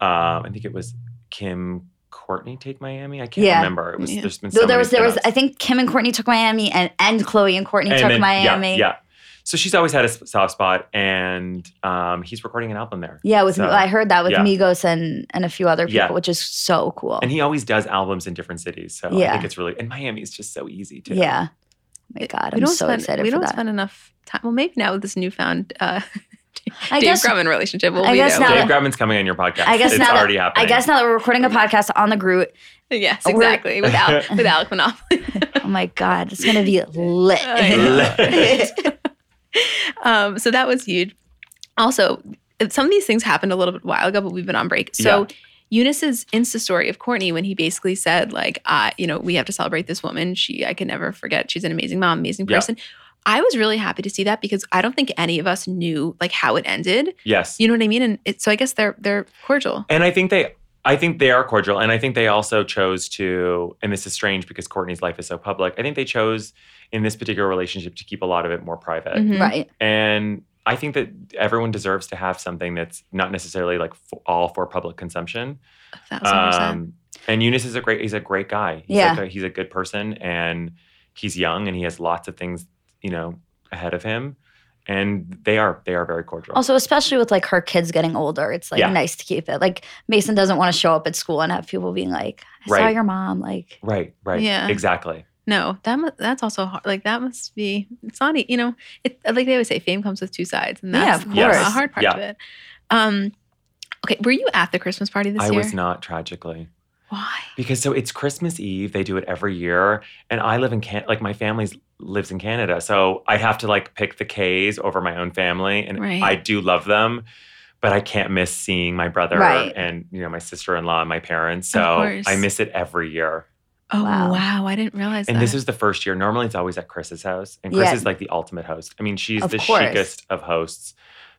Um, I think it was Kim Courtney Take Miami. I can't Yeah. remember. It was Yeah. there's been so Though there many was, there was. spin-offs. I think Kim and Courtney took Miami, and and Chloe and Courtney And took then- yeah, Miami. Yeah, So she's always had a s- soft spot, and um, he's recording an album there. Yeah, with So, I heard that with yeah. Migos and and a few other people, Yeah. which is so cool. And he always does albums in different cities. So I Yeah. think it's really and Miami is just so easy too. yeah. Oh my God, we I'm don't so spend, excited We for don't that. spend enough time. Well, maybe now with this newfound uh, Dave I guess. Grumman relationship, we'll I be guess there. now Dave that- Grumman's coming on your podcast. I guess it's now that- already I happening. guess now that we're recording a podcast on the Groot, yes, we're- exactly. Without without Monopoly. oh my God, it's gonna be lit. I know. um, so that was huge. Also, some of these things happened a little bit while ago, but we've been on break. So Eunice's Insta story of Courtney when he basically said, like, I, you know, we have to celebrate this woman. She I can never forget. She's an amazing mom, amazing Yeah. person. I was really happy to see that because I don't think any of us knew like how it ended. yes. You know what I mean? And it, so I guess they're they're cordial. And I think they I think they are cordial. And I think they also chose to, and this is strange because Courtney's life is so public. I think they chose in this particular relationship to keep a lot of it more private. Mhm. right. And I think that everyone deserves to have something that's not necessarily like f- all for public consumption. A thousand percent. Um, and Eunice is a great he's a great guy. He's Yeah. like a, he's a good person and he's young and he has lots of things, you know, ahead of him. And they are they are very cordial. Also, especially with like her kids getting older, it's like Yeah. nice to keep it. Like Mason doesn't want to show up at school and have people being like, "I saw Right. your mom." Like, right, right. Yeah. Exactly. No, that mu- that's also hard. like that must be it's not e- you know it like they always say fame comes with two sides and Yeah, that's of the- course. the hard part Yeah. of it. Um, okay, were you at the Christmas party this I year? was not tragically. Why? Because so it's Christmas Eve, they do it every year, and I live in Can like my family lives in Canada, so I have to like pick the K's over my own family, and Right. I do love them, but I can't miss seeing my brother Right. and you know my sister in law and my parents, Of so course. I miss it every year. Oh wow, Wow. I didn't realize and that. this is the first year. Normally, it's always at Chris's house, and Chris Yeah. is like the ultimate host. I mean, she's Of the course. chicest of hosts,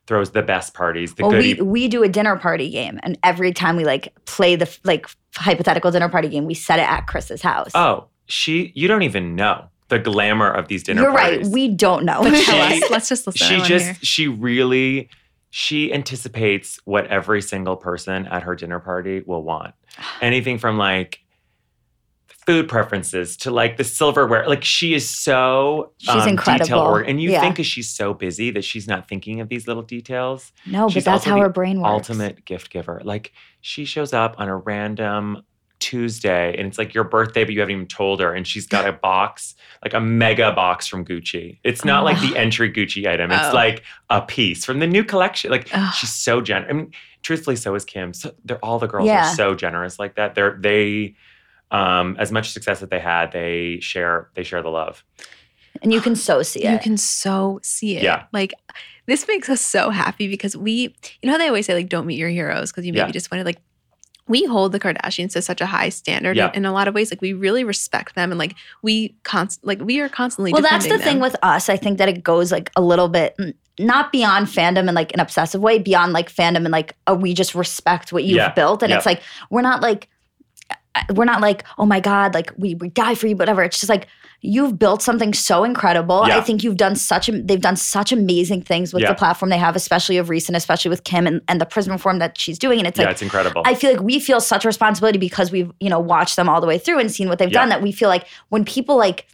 throws the best parties, the well, goody we we do a dinner party game, and every time we like play the f- like hypothetical dinner party game, we set it at Chris's house. Oh, she, you don't even know the glamour of these dinner You're parties. right. We don't know. but She- tell us. Let's just listen. she I wanna just, hear. she really, she anticipates what every single person at her dinner party will want. Anything from like, Food preferences to like the silverware. Like she is so She's incredible. detail org- and you Yeah. think because she's so busy that she's not thinking of these little details. no, but She's that's also how the her brain works. ultimate gift giver. Like she shows up on a random Tuesday and it's like your birthday, but you haven't even told her. And she's got a box, like a mega box from Gucci. It's not like Oh. the entry Gucci item. It's Oh. like a piece from the new collection. Like Ugh. she's so generous. I mean, truthfully, so is Kim. So they're all the girls Yeah. are so generous like that. They're they um as much success that they had, they share they share the love. and you can so see it. You can so see it. Yeah. Like this makes us so happy because we, you know how they always say like don't meet your heroes because you maybe Yeah. just want to like we hold the Kardashians to such a high standard Yeah. in a lot of ways. Like we really respect them and like we const like we are constantly well, that's the defending thing them. with us. I think that it goes like a little bit mm, not beyond fandom in like an obsessive way, beyond like fandom and like oh, we just respect what you've Yeah. built, and Yeah. it's like we're not like uh, we're not like oh my god, like we we die for you, whatever. It's just like you've built something so incredible. Yeah. I think you've done such am- they've done such amazing things with Yeah. the platform they have, especially of recent, especially with Kim and, and the prison reform that she's doing, and it's like yeah, it's incredible. I feel like we feel such responsibility because we've, you know, watched them all the way through and seen what they've Yeah. done that we feel like when people like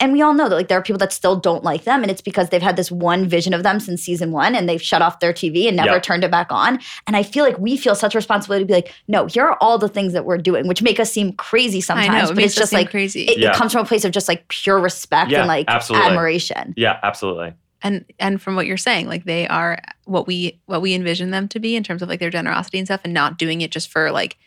and we all know that like there are people that still don't like them and it's because they've had this one vision of them since season 1 and they've shut off their TV and never Yeah. turned it back on and I feel like we feel such responsibility to be like no here are all the things that we're doing which make us seem crazy sometimes I know, it but makes it's us just seem like crazy. it, it Yeah. comes from a place of just like pure respect Yeah, and like absolutely. admiration yeah, absolutely. and and from what you're saying like they are what we what we envision them to be in terms of like their generosity and stuff and not doing it just for like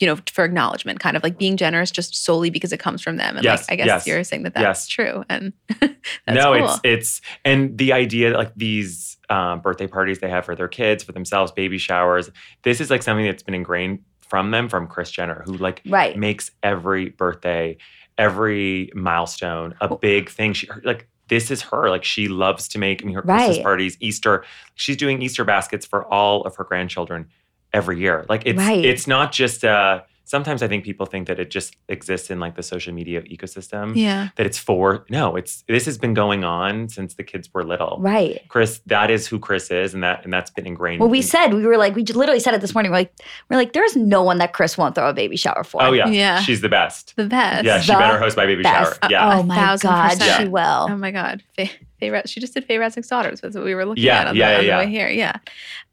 you know for acknowledgement kind of like being generous just solely because it comes from them and Yes, like i guess yes, you're saying that that's yes. true and that's no, cool. it's it's and the idea that, like these um, birthday parties they have for their kids, for themselves, baby showers. This is like something that's been ingrained from them from Chris Jenner, who like right makes every birthday, every milestone a big thing. She her- like this is her. Like she loves to make. I mean, her Right. Christmas parties, Easter. She's doing Easter baskets for all of her grandchildren every year. Like it's Right. it's not just. Uh, sometimes I think people think that it just exists in like the social media ecosystem. yeah That it's for no, it's this has been going on since the kids were little. right Chris, that is who Chris is, and that and that's been ingrained. Well, we in- said we were like we j- literally said it this morning. We're like we're like there's no one that Chris won't throw a baby shower for. Oh yeah, Yeah. she's the best. the best Yeah, she The better host my baby best. shower. Yeah, Oh my thousand god, percent. she Yeah. will. Oh my God, Faye, Faye Ra- she just did Faye Razek's daughters. That's what we were looking Yeah, at on, yeah, the, yeah, on yeah. the way here. Yeah.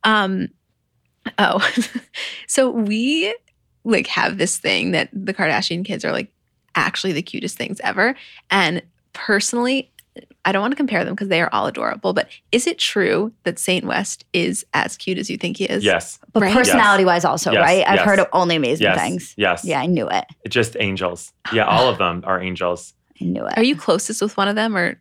Um. Oh, so we like have this thing that the Kardashian kids are like actually the cutest things ever, and personally. I don't want to compare them because they are all adorable, but is it true that Saint West is as cute as you think he is? yes, but Right? personality wise, also Yes. right. I've Yes. heard of only amazing yes, things. yes. Yeah, I knew it. Just angels. Yeah, all of them are angels. I knew it. Are you closest with one of them, or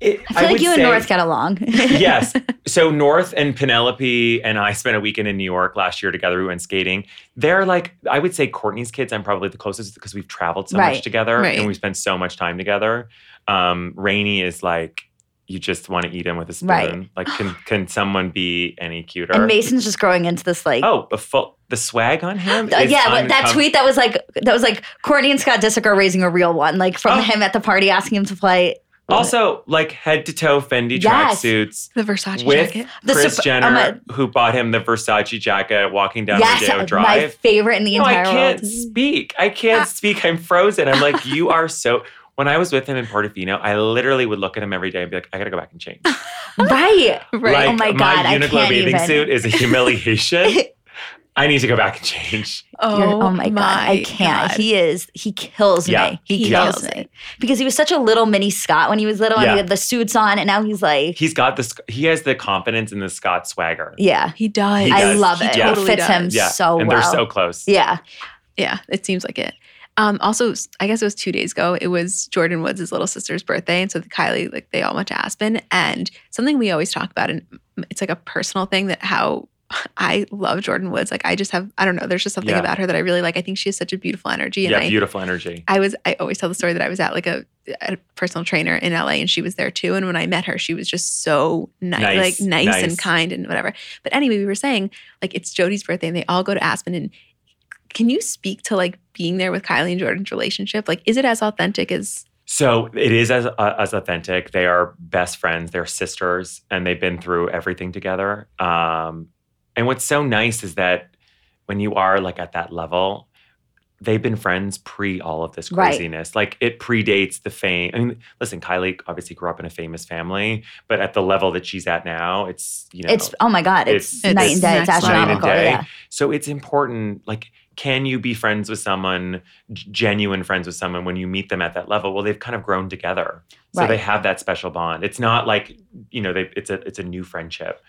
It- I feel like would you and say- North get along. yes. So North and Penelope and I spent a weekend in New York last year together. We went skating. They're like, I would say Courtney's kids. I'm probably the closest because we've traveled so Right. much together Right. and we spent so much time together. Um, Rainey is like, you just want to eat him with a spoon. Right. Like, can can someone be any cuter? and Mason's just growing into this like. oh, the full, the swag on him. Uh, is yeah, but that uncom- tweet that was like that was like Courtney and Scott Disick are raising a real one, like from Oh. him at the party asking him to play Also, like head to toe Fendi Yes. tracksuits. the Versace With- jacket? the Chris sup- oh Jenner, my- who bought him the Versace jacket walking down yes, Rodeo my Drive. favorite in the no, I entire can't world. Ah. speak. I can't speak. I'm frozen. I'm like, you are so. When I was with him in Portofino, I literally would look at him every day and be like, I gotta go back and change. Right. Right. Like, Oh my God, I Uniqlo can't bathing even. suit is a humiliation. I need to go back and change. You're- Oh, my god, I can't. God. He is. He kills Yeah. me. He, He kills kills me it. because he was such a little mini Scott when he was little, and Yeah. he had the suits on, and now he's like, He's got this. He has the confidence in the Scott swagger. yeah, He does. He I does. love He it. totally it fits him does. Yeah, so and well. they're so close. yeah, Yeah, it seems like it. Um, also, I guess it was two days ago. It was Jordan Woods' little sister's birthday, and so the Kylie, like they all went to Aspen. And something we always talk about, and it's like a personal thing that how I love Jordan Woods. Like I just have, I don't know, there's just something Yeah. about her that I really like. I think she has such a beautiful energy, and Yeah, I, beautiful energy. I was I always tell the story that I was at like a, a personal trainer in LA and she was there too. And when I met her, she was just so nice, Nice, like nice, and nice. kind and whatever. But anyway, we were saying like it's Jody's birthday and they all go to Aspen and can you speak to like being there with Kylie and Jordan's relationship? Like, is it as authentic as So it is as uh, as authentic. They are best friends. They're sisters, and they've been through everything together. Um, and what's so nice is that when you are like at that level, they've been friends pre all of this Right. craziness. Like it predates the fame. I mean, listen, Kylie obviously grew up in a famous family, but at the level that she's at now, it's you know, it's oh my god, it's, It's- night it's and day. It's next level. Night and astronomical. day. Yeah, so it's important. Like, can you be friends with someone, g- genuine friends with someone, when you meet them at that level? Well, they've kind of grown together, so they Right. have that special bond. It's not like you know, they, it's a it's a new friendship.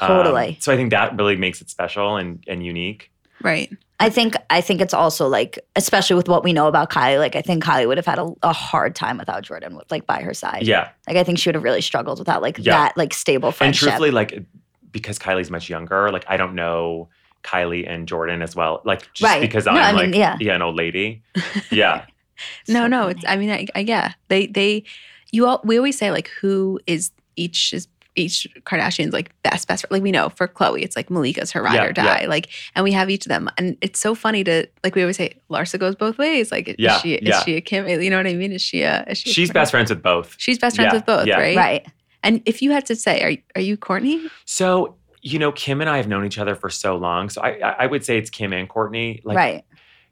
Um, totally. so I think that really makes it special and and unique. Right. I think I think it's also like, especially with what we know about Kylie, like I think Kylie would have had a, a hard time without Jordan, with, like by her side. Yeah. Like I think she would have really struggled without like Yeah. that like stable And friendship. truthfully, like because Kylie's much younger, like I don't know Kylie and Jordan as well. Like just Right. because No, I'm I mean, like yeah. an old lady. Yeah. No, So no. funny. It's, I mean, I, I, yeah. They, they, you all. We always say like, who is each is each Kardashian's like best best friend. Like we know for Chloe, it's like Malika's her ride Yeah, or die. Like, and we have each of them, and it's so funny to like. We always say Larsa goes both ways. Like, is Yeah, she is yeah. she a Kim? You know what I mean? Is she a? Is she a She's Kourtney? best friends with both. She's best friends Yeah, with both, yeah. right? right. And if you had to say, are are you Courtney? So, you know, Kim and I have known each other for so long. So I I I would say it's Kim and Courtney. Like right.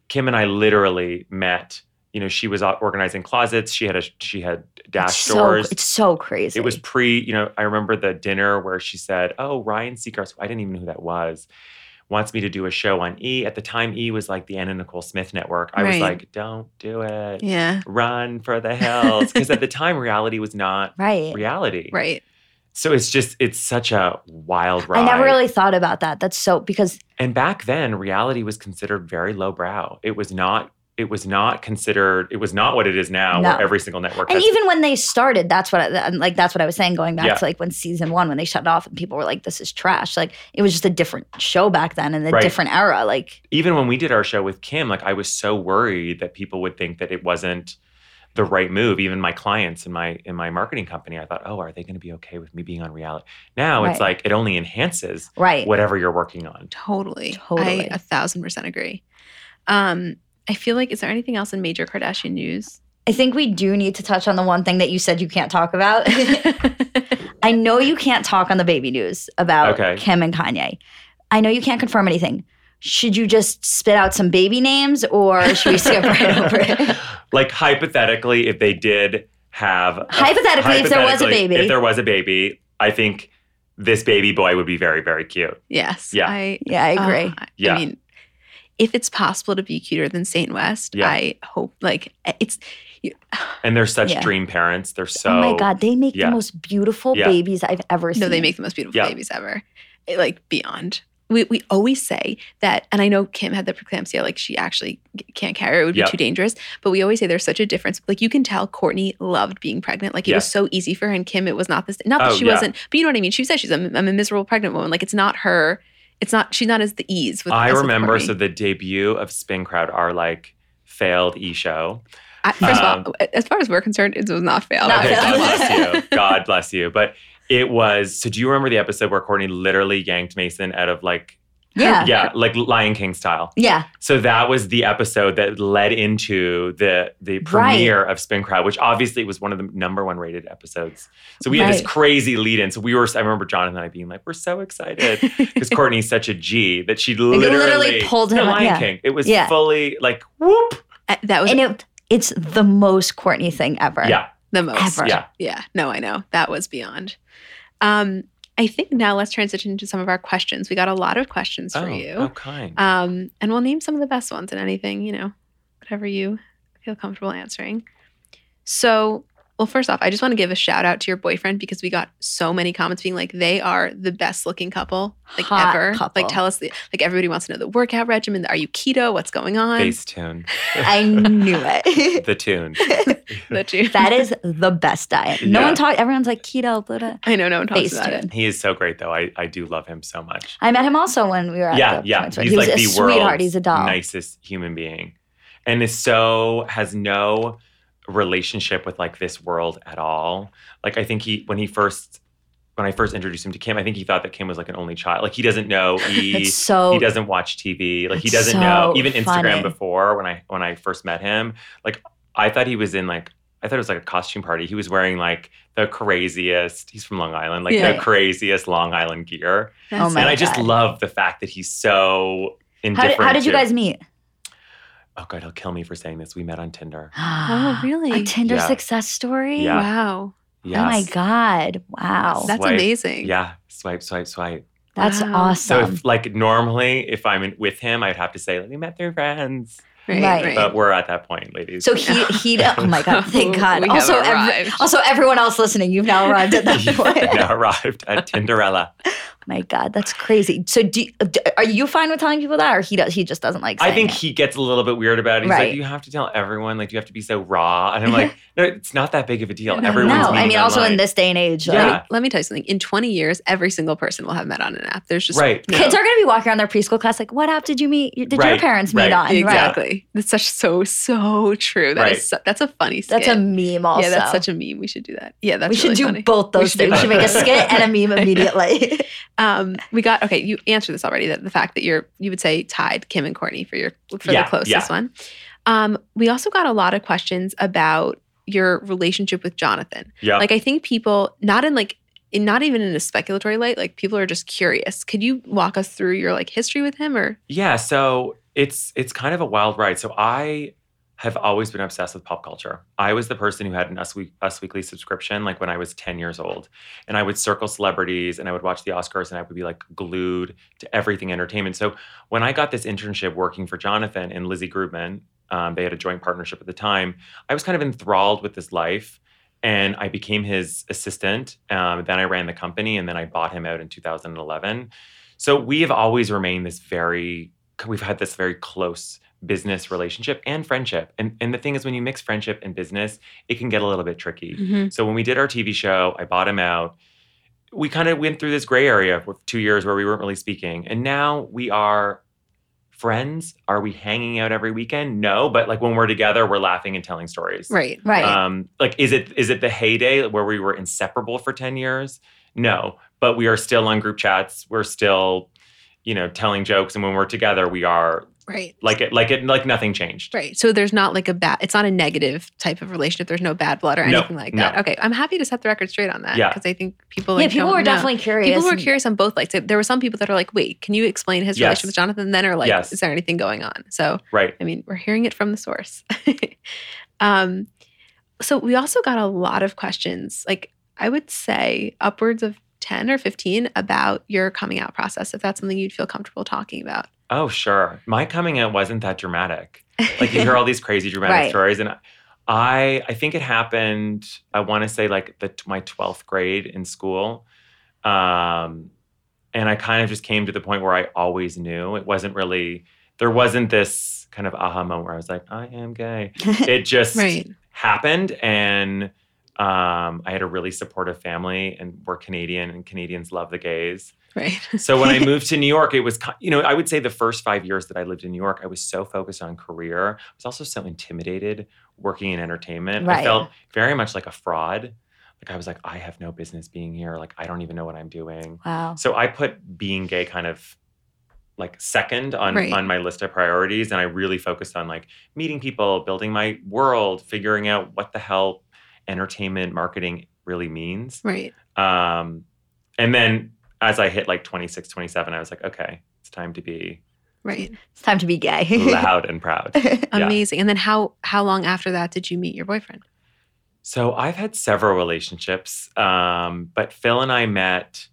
Kim and I literally met. You know, she was o- organizing closets. She had a she had It's dash so- doors. it's so crazy. It was pre, you know, I remember the dinner where she said, Oh, Ryan Seacrest, I didn't even know who that was, wants me to do a show on E. At the time, E was like the Anna Nicole Smith network. I was Right. like, Don't do it. Yeah. Run for the hills. Because at the time, reality was not right. reality. Right. So it's just, it's such a wild ride. I never really thought about that. That's so because And back then, reality was considered very lowbrow. It was not. It was not considered. It was not what it is now, No. where every single network and has even when they started, that's what I, and, like that's what I was saying going back Yeah. to like when season one when they shut it off and people were like, "This is trash." Like it was just a different show back then and a Right. different era. Like even when we did our show with Kim, like I was so worried that people would think that it wasn't the right move. Even my clients in my in my marketing company, I thought, oh, are they going to be okay with me being on reality? Now it's Right. like it only enhances right, whatever you're working on. Totally. Totally. I a thousand percent agree. Um, I feel like is there anything else in major Kardashian news? I think we do need to touch on the one thing that you said you can't talk about. I know you can't talk on the baby news about Okay. Kim and Kanye. I know you can't confirm anything. Should you just spit out some baby names or should we skip right over it? like hypothetically, if they did have a- Hypothetically, if there was a hypothetically, baby. if there was a baby, I think this baby boy would be very very cute. yes. Yeah. I Yeah, I Uh, oh, agree. I- Yeah. I mean, if it's possible to be cuter than Saint West, Yeah. I hope like eh, it's And they're such Yeah. dream parents. They're so oh my God, they make yeah. the most beautiful Yeah. babies I've ever seen. no, they make the most beautiful Yeah. babies ever. It, like beyond. We, we always say that, and I know Kim had the preeclampsia, like she actually g- can't carry, it, it would be Yeah. too dangerous. But we always say there's such a difference. Like you can tell Courtney loved being pregnant. Like it was Yeah. so easy for her, and Kim, it was not this, not that Oh, she yeah. wasn't, but you know what I mean? She said she's, I'm, I'm a miserable pregnant woman. Like it's not her, it's not, she's not as the ease with I as with remember Courtney. so the debut of Spin Crowd, our like failed e show. I, first Um, of all, as far as we're concerned, it was not fail. Not Okay, fail. God bless you. God bless you. But it was so do you remember the episode where Courtney literally yanked Mason out of like Yeah. yeah, like Lion King style. Yeah. So that was the episode that led into the the premiere of Spin Crowd, which obviously was one of the number one rated episodes. So we had this Right. crazy lead in. So we were I remember Jonathan and I being like, we're so excited. Because Courtney's such a G that she literally, literally pulled him the up, Lion yeah. King. It was Yeah. fully like whoop. Uh, that was And it, it's the most Courtney thing ever. Yeah, the most. Ever. yeah. Yeah, no, I know. That was beyond. Um, I think now let's transition to some of our questions. We got a lot of questions for oh, you. How kind. Um, and we'll name some of the best ones and anything, you know, whatever you feel comfortable answering. So, well, first off, I just want to give a shout out to your boyfriend because we got so many comments being like, they are the best looking couple, like Hot ever. couple. Like, tell us, the, like, everybody wants to know the workout regimen. Are you keto? What's going on? Bass tune. I knew it. the tune. That you, that is the best diet. No Yeah. one talks, everyone's like keto, blah, blah. I know no one talks Based about it. on. He is so great though. I, I do love him so much. I met him also when we were at yeah, the yeah. Points He's Where- like a the sweetheart. world's He's a doll. nicest human being. And is so has no relationship with like this world at all. Like I think he when he first when I first introduced him to Kim, I think he thought that Kim was like an only child. Like he doesn't know he That's so he doesn't watch TV. Like he That's doesn't know so even funny. Instagram before when I when I first met him. Like I thought he was in like I thought it was like a costume party. He was wearing like the craziest. He's from Long Island, like Yeah. the craziest Long Island gear. Oh my and I just God. love the fact that he's so How indifferent. did, how did you to- guys meet? Oh god, he'll kill me for saying this. We met on Tinder. Oh, really? A Tinder Yeah. success story? Yeah. Wow. Yes. Oh my God. Wow. That's Swipe. amazing. Yeah. Swipe, swipe, swipe. That's Wow. So awesome. if, like normally, if I'm in, with him, I'd have to say, "We met through friends," Right. Right. right. but we're at that point, ladies. So, he, he, oh my God, thank God. We have also, every, arrived. also, everyone else listening, you've now arrived at that You've point. now arrived at Tinderella. My God, that's crazy. So, do, d- are you fine with telling people that, or he does? He just doesn't like. I saying think it? he gets a little bit weird about it. He's Right. like, "Do you have to tell everyone? Like, do you have to be so raw?" And I'm like, "No, it's not that big of a deal. No, Everyone's No, I meeting mean, also in online." this day and age, like, Let me- Yeah. Let, me, tell you something. In 20 years, every single person will have met on an app. There's just Right. no- kids are going to be walking around their preschool class like, "What app did you meet? Did your Right, parents right, meet on?" Right. exactly. That's such so so true. That is Right. so, that's a funny. Skit. That's a meme. yeah. Also, That's such a meme. We should do that. Yeah, that's we should really do funny. both We those should do things. We should make a both. skit and a meme immediately. Um, we got okay. You answered this already. That the fact that you're you would say tied Kim and Courtney for your for Yeah, the closest yeah. one. Um, we also got a lot of questions about your relationship with Jonathan. yeah. Like I think people not in like in not even in a speculatory light. Like people are just curious. Could you walk us through your like history with him or Yeah, so it's it's kind of a wild ride. So I have always been obsessed with pop culture. I was the person who had an Us, Week, Us Weekly subscription like when I was 10 years old. And I would circle celebrities and I would watch the Oscars and I would be like glued to everything entertainment. So when I got this internship working for Jonathan and Lizzie Grubman, um, they had a joint partnership at the time, I was kind of enthralled with this life. And I became his assistant. Um, then I ran the company and then I bought him out in 2011. So we have always remained this very, we've had this very close business relationship and friendship. And, and the thing is, when you mix friendship and business, it can get a little bit tricky. Mm-hmm. So when we did our TV show, I bought him out. We kind of went through this gray area for two years where we weren't really speaking. And now we are friends. Are we hanging out every weekend? No, but like when we're together, we're laughing and telling stories. right? right. Um, like is it is it the heyday where we were inseparable for 10 years? No, but we are still on group chats. We're still, you know, telling jokes and when we're together, we are Right. like it like it like nothing changed. Right. So there's not like a bad, it's not a negative type of relationship. There's no bad blood or No, anything like that. no. Okay. I'm happy to set the record straight on that. Yeah. Because I think people, yeah, like, people don't were know. definitely curious. People were and- curious on both. Like, there were some people that are like, wait, can you explain his Yes. relationship with Jonathan? And then are like, Yes. is there anything going on? So, Right. I mean, we're hearing it from the source. um, so we also got a lot of questions, like I would say upwards of 10 or 15 about your coming out process, if that's something you'd feel comfortable talking about. Oh, sure. My coming out wasn't that dramatic. Like you hear all these crazy dramatic Right. stories and I I think it happened I want to say like the my 12th grade in school. Um and I kind of just came to the point where I always knew. It wasn't really there wasn't this kind of aha moment where I was like, I am gay. It just Right. happened and um, I had a really supportive family and we're Canadian and Canadians love the gays. Right. So when I moved to New York, it was, ki- you know, I would say the first five years that I lived in New York, I was so focused on career. I was also so intimidated working in entertainment. Right. I felt very much like a fraud. Like I was like, I have no business being here. Like I don't even know what I'm doing. Wow. So I put being gay kind of like second on Right. on my list of priorities, and I really focused on like meeting people, building my world, figuring out what the hell entertainment marketing really means. Right. Um, and then as I hit like 26, 27, I was like, okay, it's time to be Right. It's time to be gay. loud and proud. Yeah. Amazing. And then how how long after that did you meet your boyfriend? So I've had several relationships, um, but Phil and I met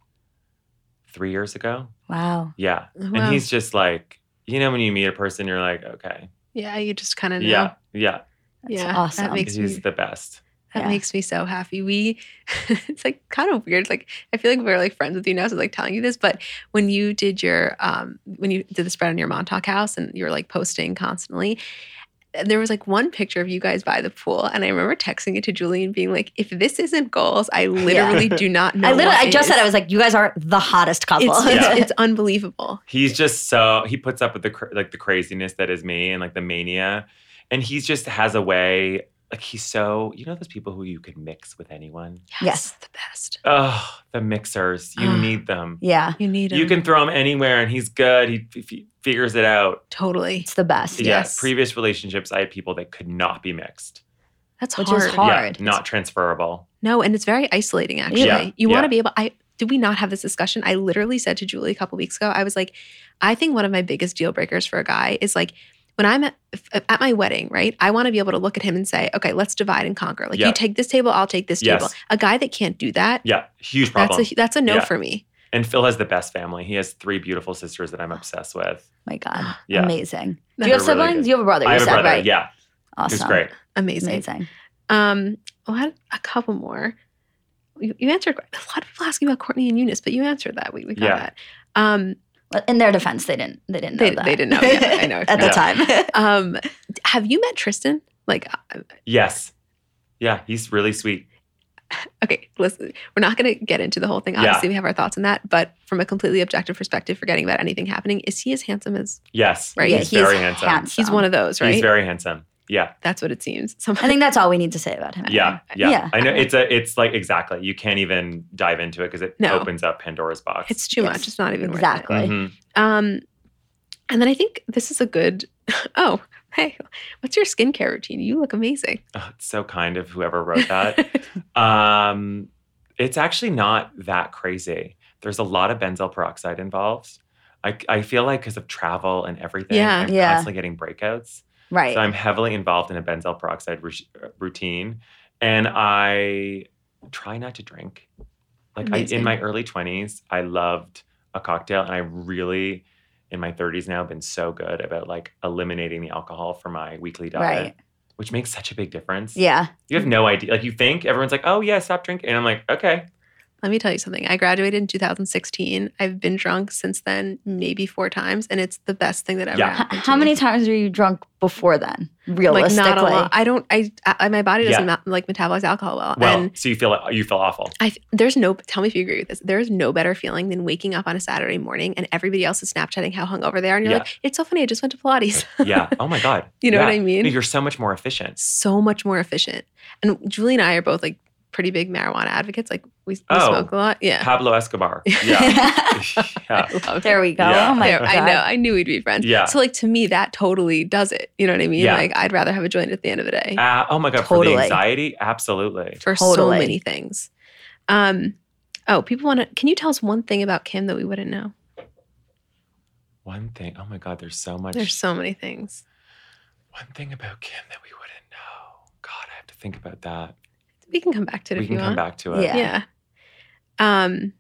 three years ago. wow. Yeah. Wow. And he's just like, you know, when you meet a person, you're like, okay, Yeah, you just kind of know. yeah, yeah, That's yeah, That awesome. makes me he's the best. that Yeah. makes me so happy. We it's like kind of weird. Like I feel like we're like friends with you now, so like telling you this, but when you did your um when you did the spread on your Montauk house and you were like posting constantly. eh, There was like one picture of you guys by the pool, and I remember texting it to Julie and being like, "If this isn't goals, I literally do not know." I literally, what I just is." said I was like, you guys are the hottest couple. It's, it's, Yeah. it's unbelievable. He's just so he puts up with the cra- like the craziness that is me and like the mania, and he's just has a way. Like he's so you know those people who you could mix with anyone. Yes. the best. Oh, the mixers. You Ah. need them. yeah, You need him. You can throw him anywhere and he's good. He f- f- figures it out. totally. it's the best. Yeah, Yes. Previous relationships, I had people that could not be mixed. That's Which hard. is Hard. Yeah, not transferable. No, and it's very isolating. Actually, Yeah, you want to yeah. be able. I did we not have this discussion? I literally said to Julie a couple weeks ago. I was like, I think one of my biggest deal breakers for a guy is like when I'm at, if- uh, at my wedding, right? I want to be able to look at him and say, okay, let's divide and conquer. Like you Yeah. take this table, I'll take this Yes. table. A guy that can't do that, Yeah, huge problem. that's a that's a no Yeah. for me. and Phil has the best family. He has three beautiful sisters that I'm obsessed with. My God, Yeah. amazing. Do They're you have really siblings? good. you have a brother. I you have a said, brother. Right? Yeah, Awesome. who's great. Amazing. oh, Amazing. Um, well, I had a couple more. you, you answered a lot of people asking about Courtney and Eunice, but you answered that. We, we got Yeah. that. Um, But In their defense, they didn't. They didn't know They- that. they didn't know, yeah, I know, I At the forgot. time, um, have you met Tristan? Like, uh, Yes. Yeah, he's really sweet. okay, listen, we're not going to get into the whole thing. Yeah. Obviously, we have our thoughts on that, but from a completely objective perspective, forgetting about anything happening, is he as handsome as Yes. Right. Yeah, He's, very handsome. he's one of those, right? He's very handsome. Yeah. That's what it seems. Some- I think that's all we need to say about him. Yeah. Yeah. Uh, Yeah. I know it's a it's like exactly. You can't even dive into it because it No. opens up Pandora's box. it's too Yes, much. It's not even worth it. exactly. Mhm. Um, and then I think this is a good. Oh, hey, what's your skincare routine? You look amazing. Oh, it's so kind of whoever wrote that. um it's actually not that crazy. There's a lot of benzyl peroxide involved. I, I feel like because of travel and everything, Yeah. I'm Yeah. constantly getting breakouts. Right. So I'm heavily involved in a benzyl peroxide ru- routine, and I try not to drink. Like I, Amazing. in my early 20s, I loved a cocktail, and I really, in my 30s now, been so good about like eliminating the alcohol from my weekly diet, Right. which makes such a big difference. yeah. You have no idea. Like you think everyone's like, "Oh yeah, stop drinking," and I'm like, "Okay, Let me tell you something. I graduated in 2016. I've been drunk since then, maybe four times, and it's the best thing that ever Yeah. H- happened. to how me. many times were you drunk before then? Like Realistically, not a lot. I don't. I, I my body doesn't Yeah. ma- like metabolize alcohol well. well." and so you feel you feel awful. I f- there's no. Tell me if you agree with this. There is no better feeling than waking up on a Saturday morning and everybody else is Snapchatting how hungover they are, and you're Yeah. like, "It's so funny. I just went to Pilates." Yeah. Oh my god. you know Yeah. what I mean? No, You're so much more efficient. so much more efficient. And Julie and I are both like pretty big marijuana advocates. Like we, we Oh. smoke a lot. Yeah. Pablo Escobar. Yeah. yeah. I love there we go. Yeah. Oh my There- god. I know. I knew we'd be friends. Yeah. So like to me, that totally does it. You know what I mean? Yeah. Like I'd rather have a joint at the end of the day Uh, oh my god. For Totally. the anxiety, absolutely. for so totally. many things. Um, oh, people want to. Can you tell us one thing about Kim that we wouldn't know? One thing. Oh my God, there's so much. There's so many things. one thing about Kim that we wouldn't know. God, I have to think about that. We can come back to it We if can you come want. back to it. Yeah. Yeah. Um,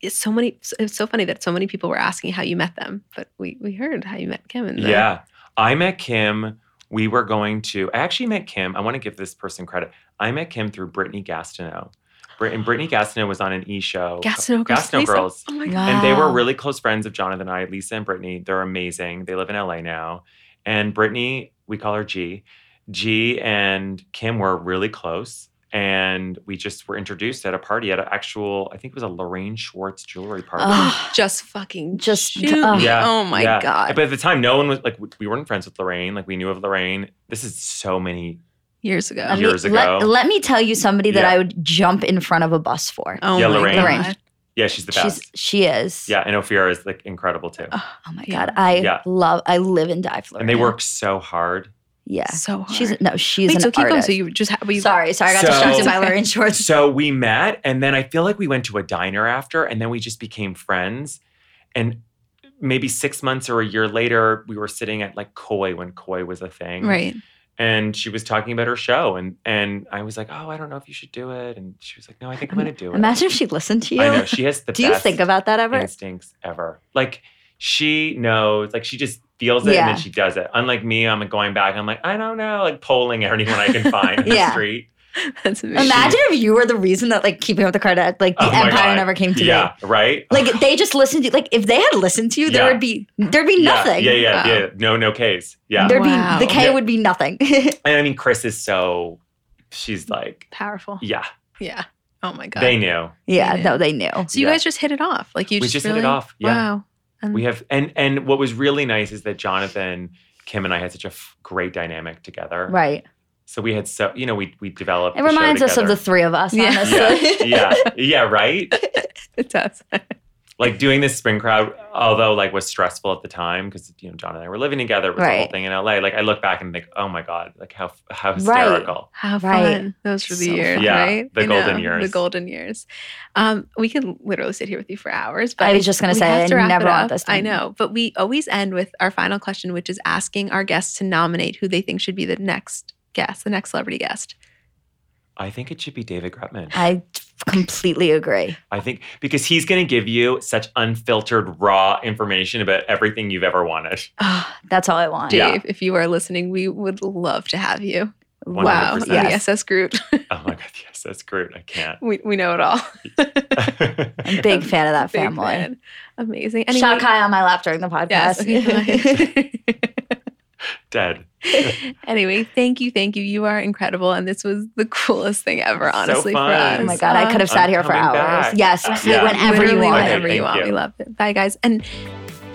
it's so many. It's so funny that so many people were asking how you met them, but we we heard how you met Kim and the- Yeah. I met Kim. We were going to, I actually met Kim. I want to give this person credit. I met Kim through Brittany Gastineau. Brit- and Brittany Gastineau was on an e show. Gastineau Girls. Gastineau Lisa? Girls. Oh my god. Wow. And they were really close friends of Jonathan and I, Lisa and Brittany. They're amazing. They live in LA now. And Brittany, we call her G. G and Kim were really close. And we just were introduced at a party at an actual, I think it was a Lorraine Schwartz jewelry party. Ugh. Just fucking Just- shoot ugh. me. Yeah, Oh my yeah. god. But at the time, no one was like, we- we weren't friends with Lorraine. Like, we knew of Lorraine. This is so many. Years ago. Let me- Years let- ago. Let, me tell you somebody that Yeah. I would jump in front of a bus for. oh Yeah, my Lorraine. god. Lorraine. Yeah, she's the She's best. she is. yeah, and Ophira is like incredible too. Ugh, Oh my Yeah. god. I Yeah. love. I live and die for. and they her. work so hard. Yeah. So hard. She's no. She's Wait, an so keep going. artist. So you just have you sorry, sorry. I got So- distracted by Lorraine Schwartz. So we met, and then I feel like we went to a diner after, and then we just became friends. And maybe six months or a year later, we were sitting at like Koi when Koi was a thing, right. And she was talking about her show, and and I was like, oh, I don't know if you should do it, and she was like, No, I think I'm gonna do it. Imagine if she listened to you. I know she has the Do you best think about that ever? instincts ever. Like she knows, like she just feels it Yeah. and then she does it. Unlike me, I'm going back. I'm like, I don't know, like polling anyone I can find in the Yeah. street. That's amazing. Imagine if you were the reason that like keeping up with the Kardashians, like the Oh my empire God. never came to be. Yeah, right. Like they just listened to like if they had listened to you, there Yeah. would be there'd be nothing. Yeah, yeah, yeah, Wow. yeah. No, no K's. Yeah. There'd Wow. be the K Yeah. would be nothing. and I mean, Chris is so, she's like, powerful. yeah, Yeah. Oh my god. they knew. yeah, Yeah. no, they knew. so you Yeah. guys just hit it off. Like you we just, just really, hit it off. Yeah. Wow. And We have, and and what was really nice is that Jonathan, Kim, and I had such a f- great dynamic together. Right. So we had so, you know, we we developed. It the show reminds us of the together. three of us, Yeah. yeah, honestly. yeah, yeah, right. it does. like doing this spring crowd, although like was stressful at the time because you know John and I were living together, it was the whole Right. thing in LA. Like I look back and think, oh my god, like how how Right. hysterical. How Right. fun. Those were the So years, fun. Yeah, right? the I know, golden years. The golden years. Um, we could literally sit here with you for hours, but I was just gonna we say, have I to wrap never it want up. this I done. know, but we always end with our final question, which is asking our guests to nominate who they think should be the next guest, the next celebrity guest. I think it should be David Grutman. I completely agree. I think because he's going to give you such unfiltered, raw information about everything you've ever wanted. Ah, That's all I want. Dave, Yeah. if you are listening, we would love to have you. Wow. The 100%. SS Groot. Oh my God. Yes, that's Groot. I can't. we, we know it all. I'm a big fan of that Big family. fan. Amazing. Anyway. Anyway, Shot Kai on my lap during the yes. podcast. okay, bye. Dead. anyway, thank you, thank you. You are incredible, and this was the coolest thing ever, So honestly. for fun. us. Oh my god, I could have sat I'm here for coming hours. back. Yes, Uh, yeah. whenever you Literally want. Whenever Okay, you thank want, we you. love it. Bye, guys, and.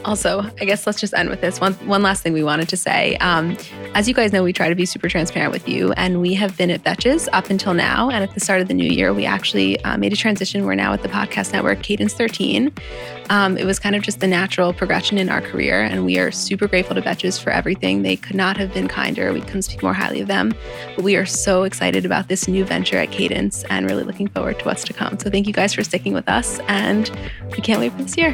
Also, I guess let's just end with this one. One last thing we wanted to say. Um, as you guys know, we try to be super transparent with you, and we have been at Betches up until now. And at the start of the new year, we actually uh, made a transition. We're now at the podcast network Cadence 13. Um, it was kind of just the natural progression in our career, and we are super grateful to Betches for everything. They could not have been kinder. We couldn't speak more highly of them. But we are so excited about this new venture at Cadence and really looking forward to what's to come. So thank you guys for sticking with us, and we can't wait for this year.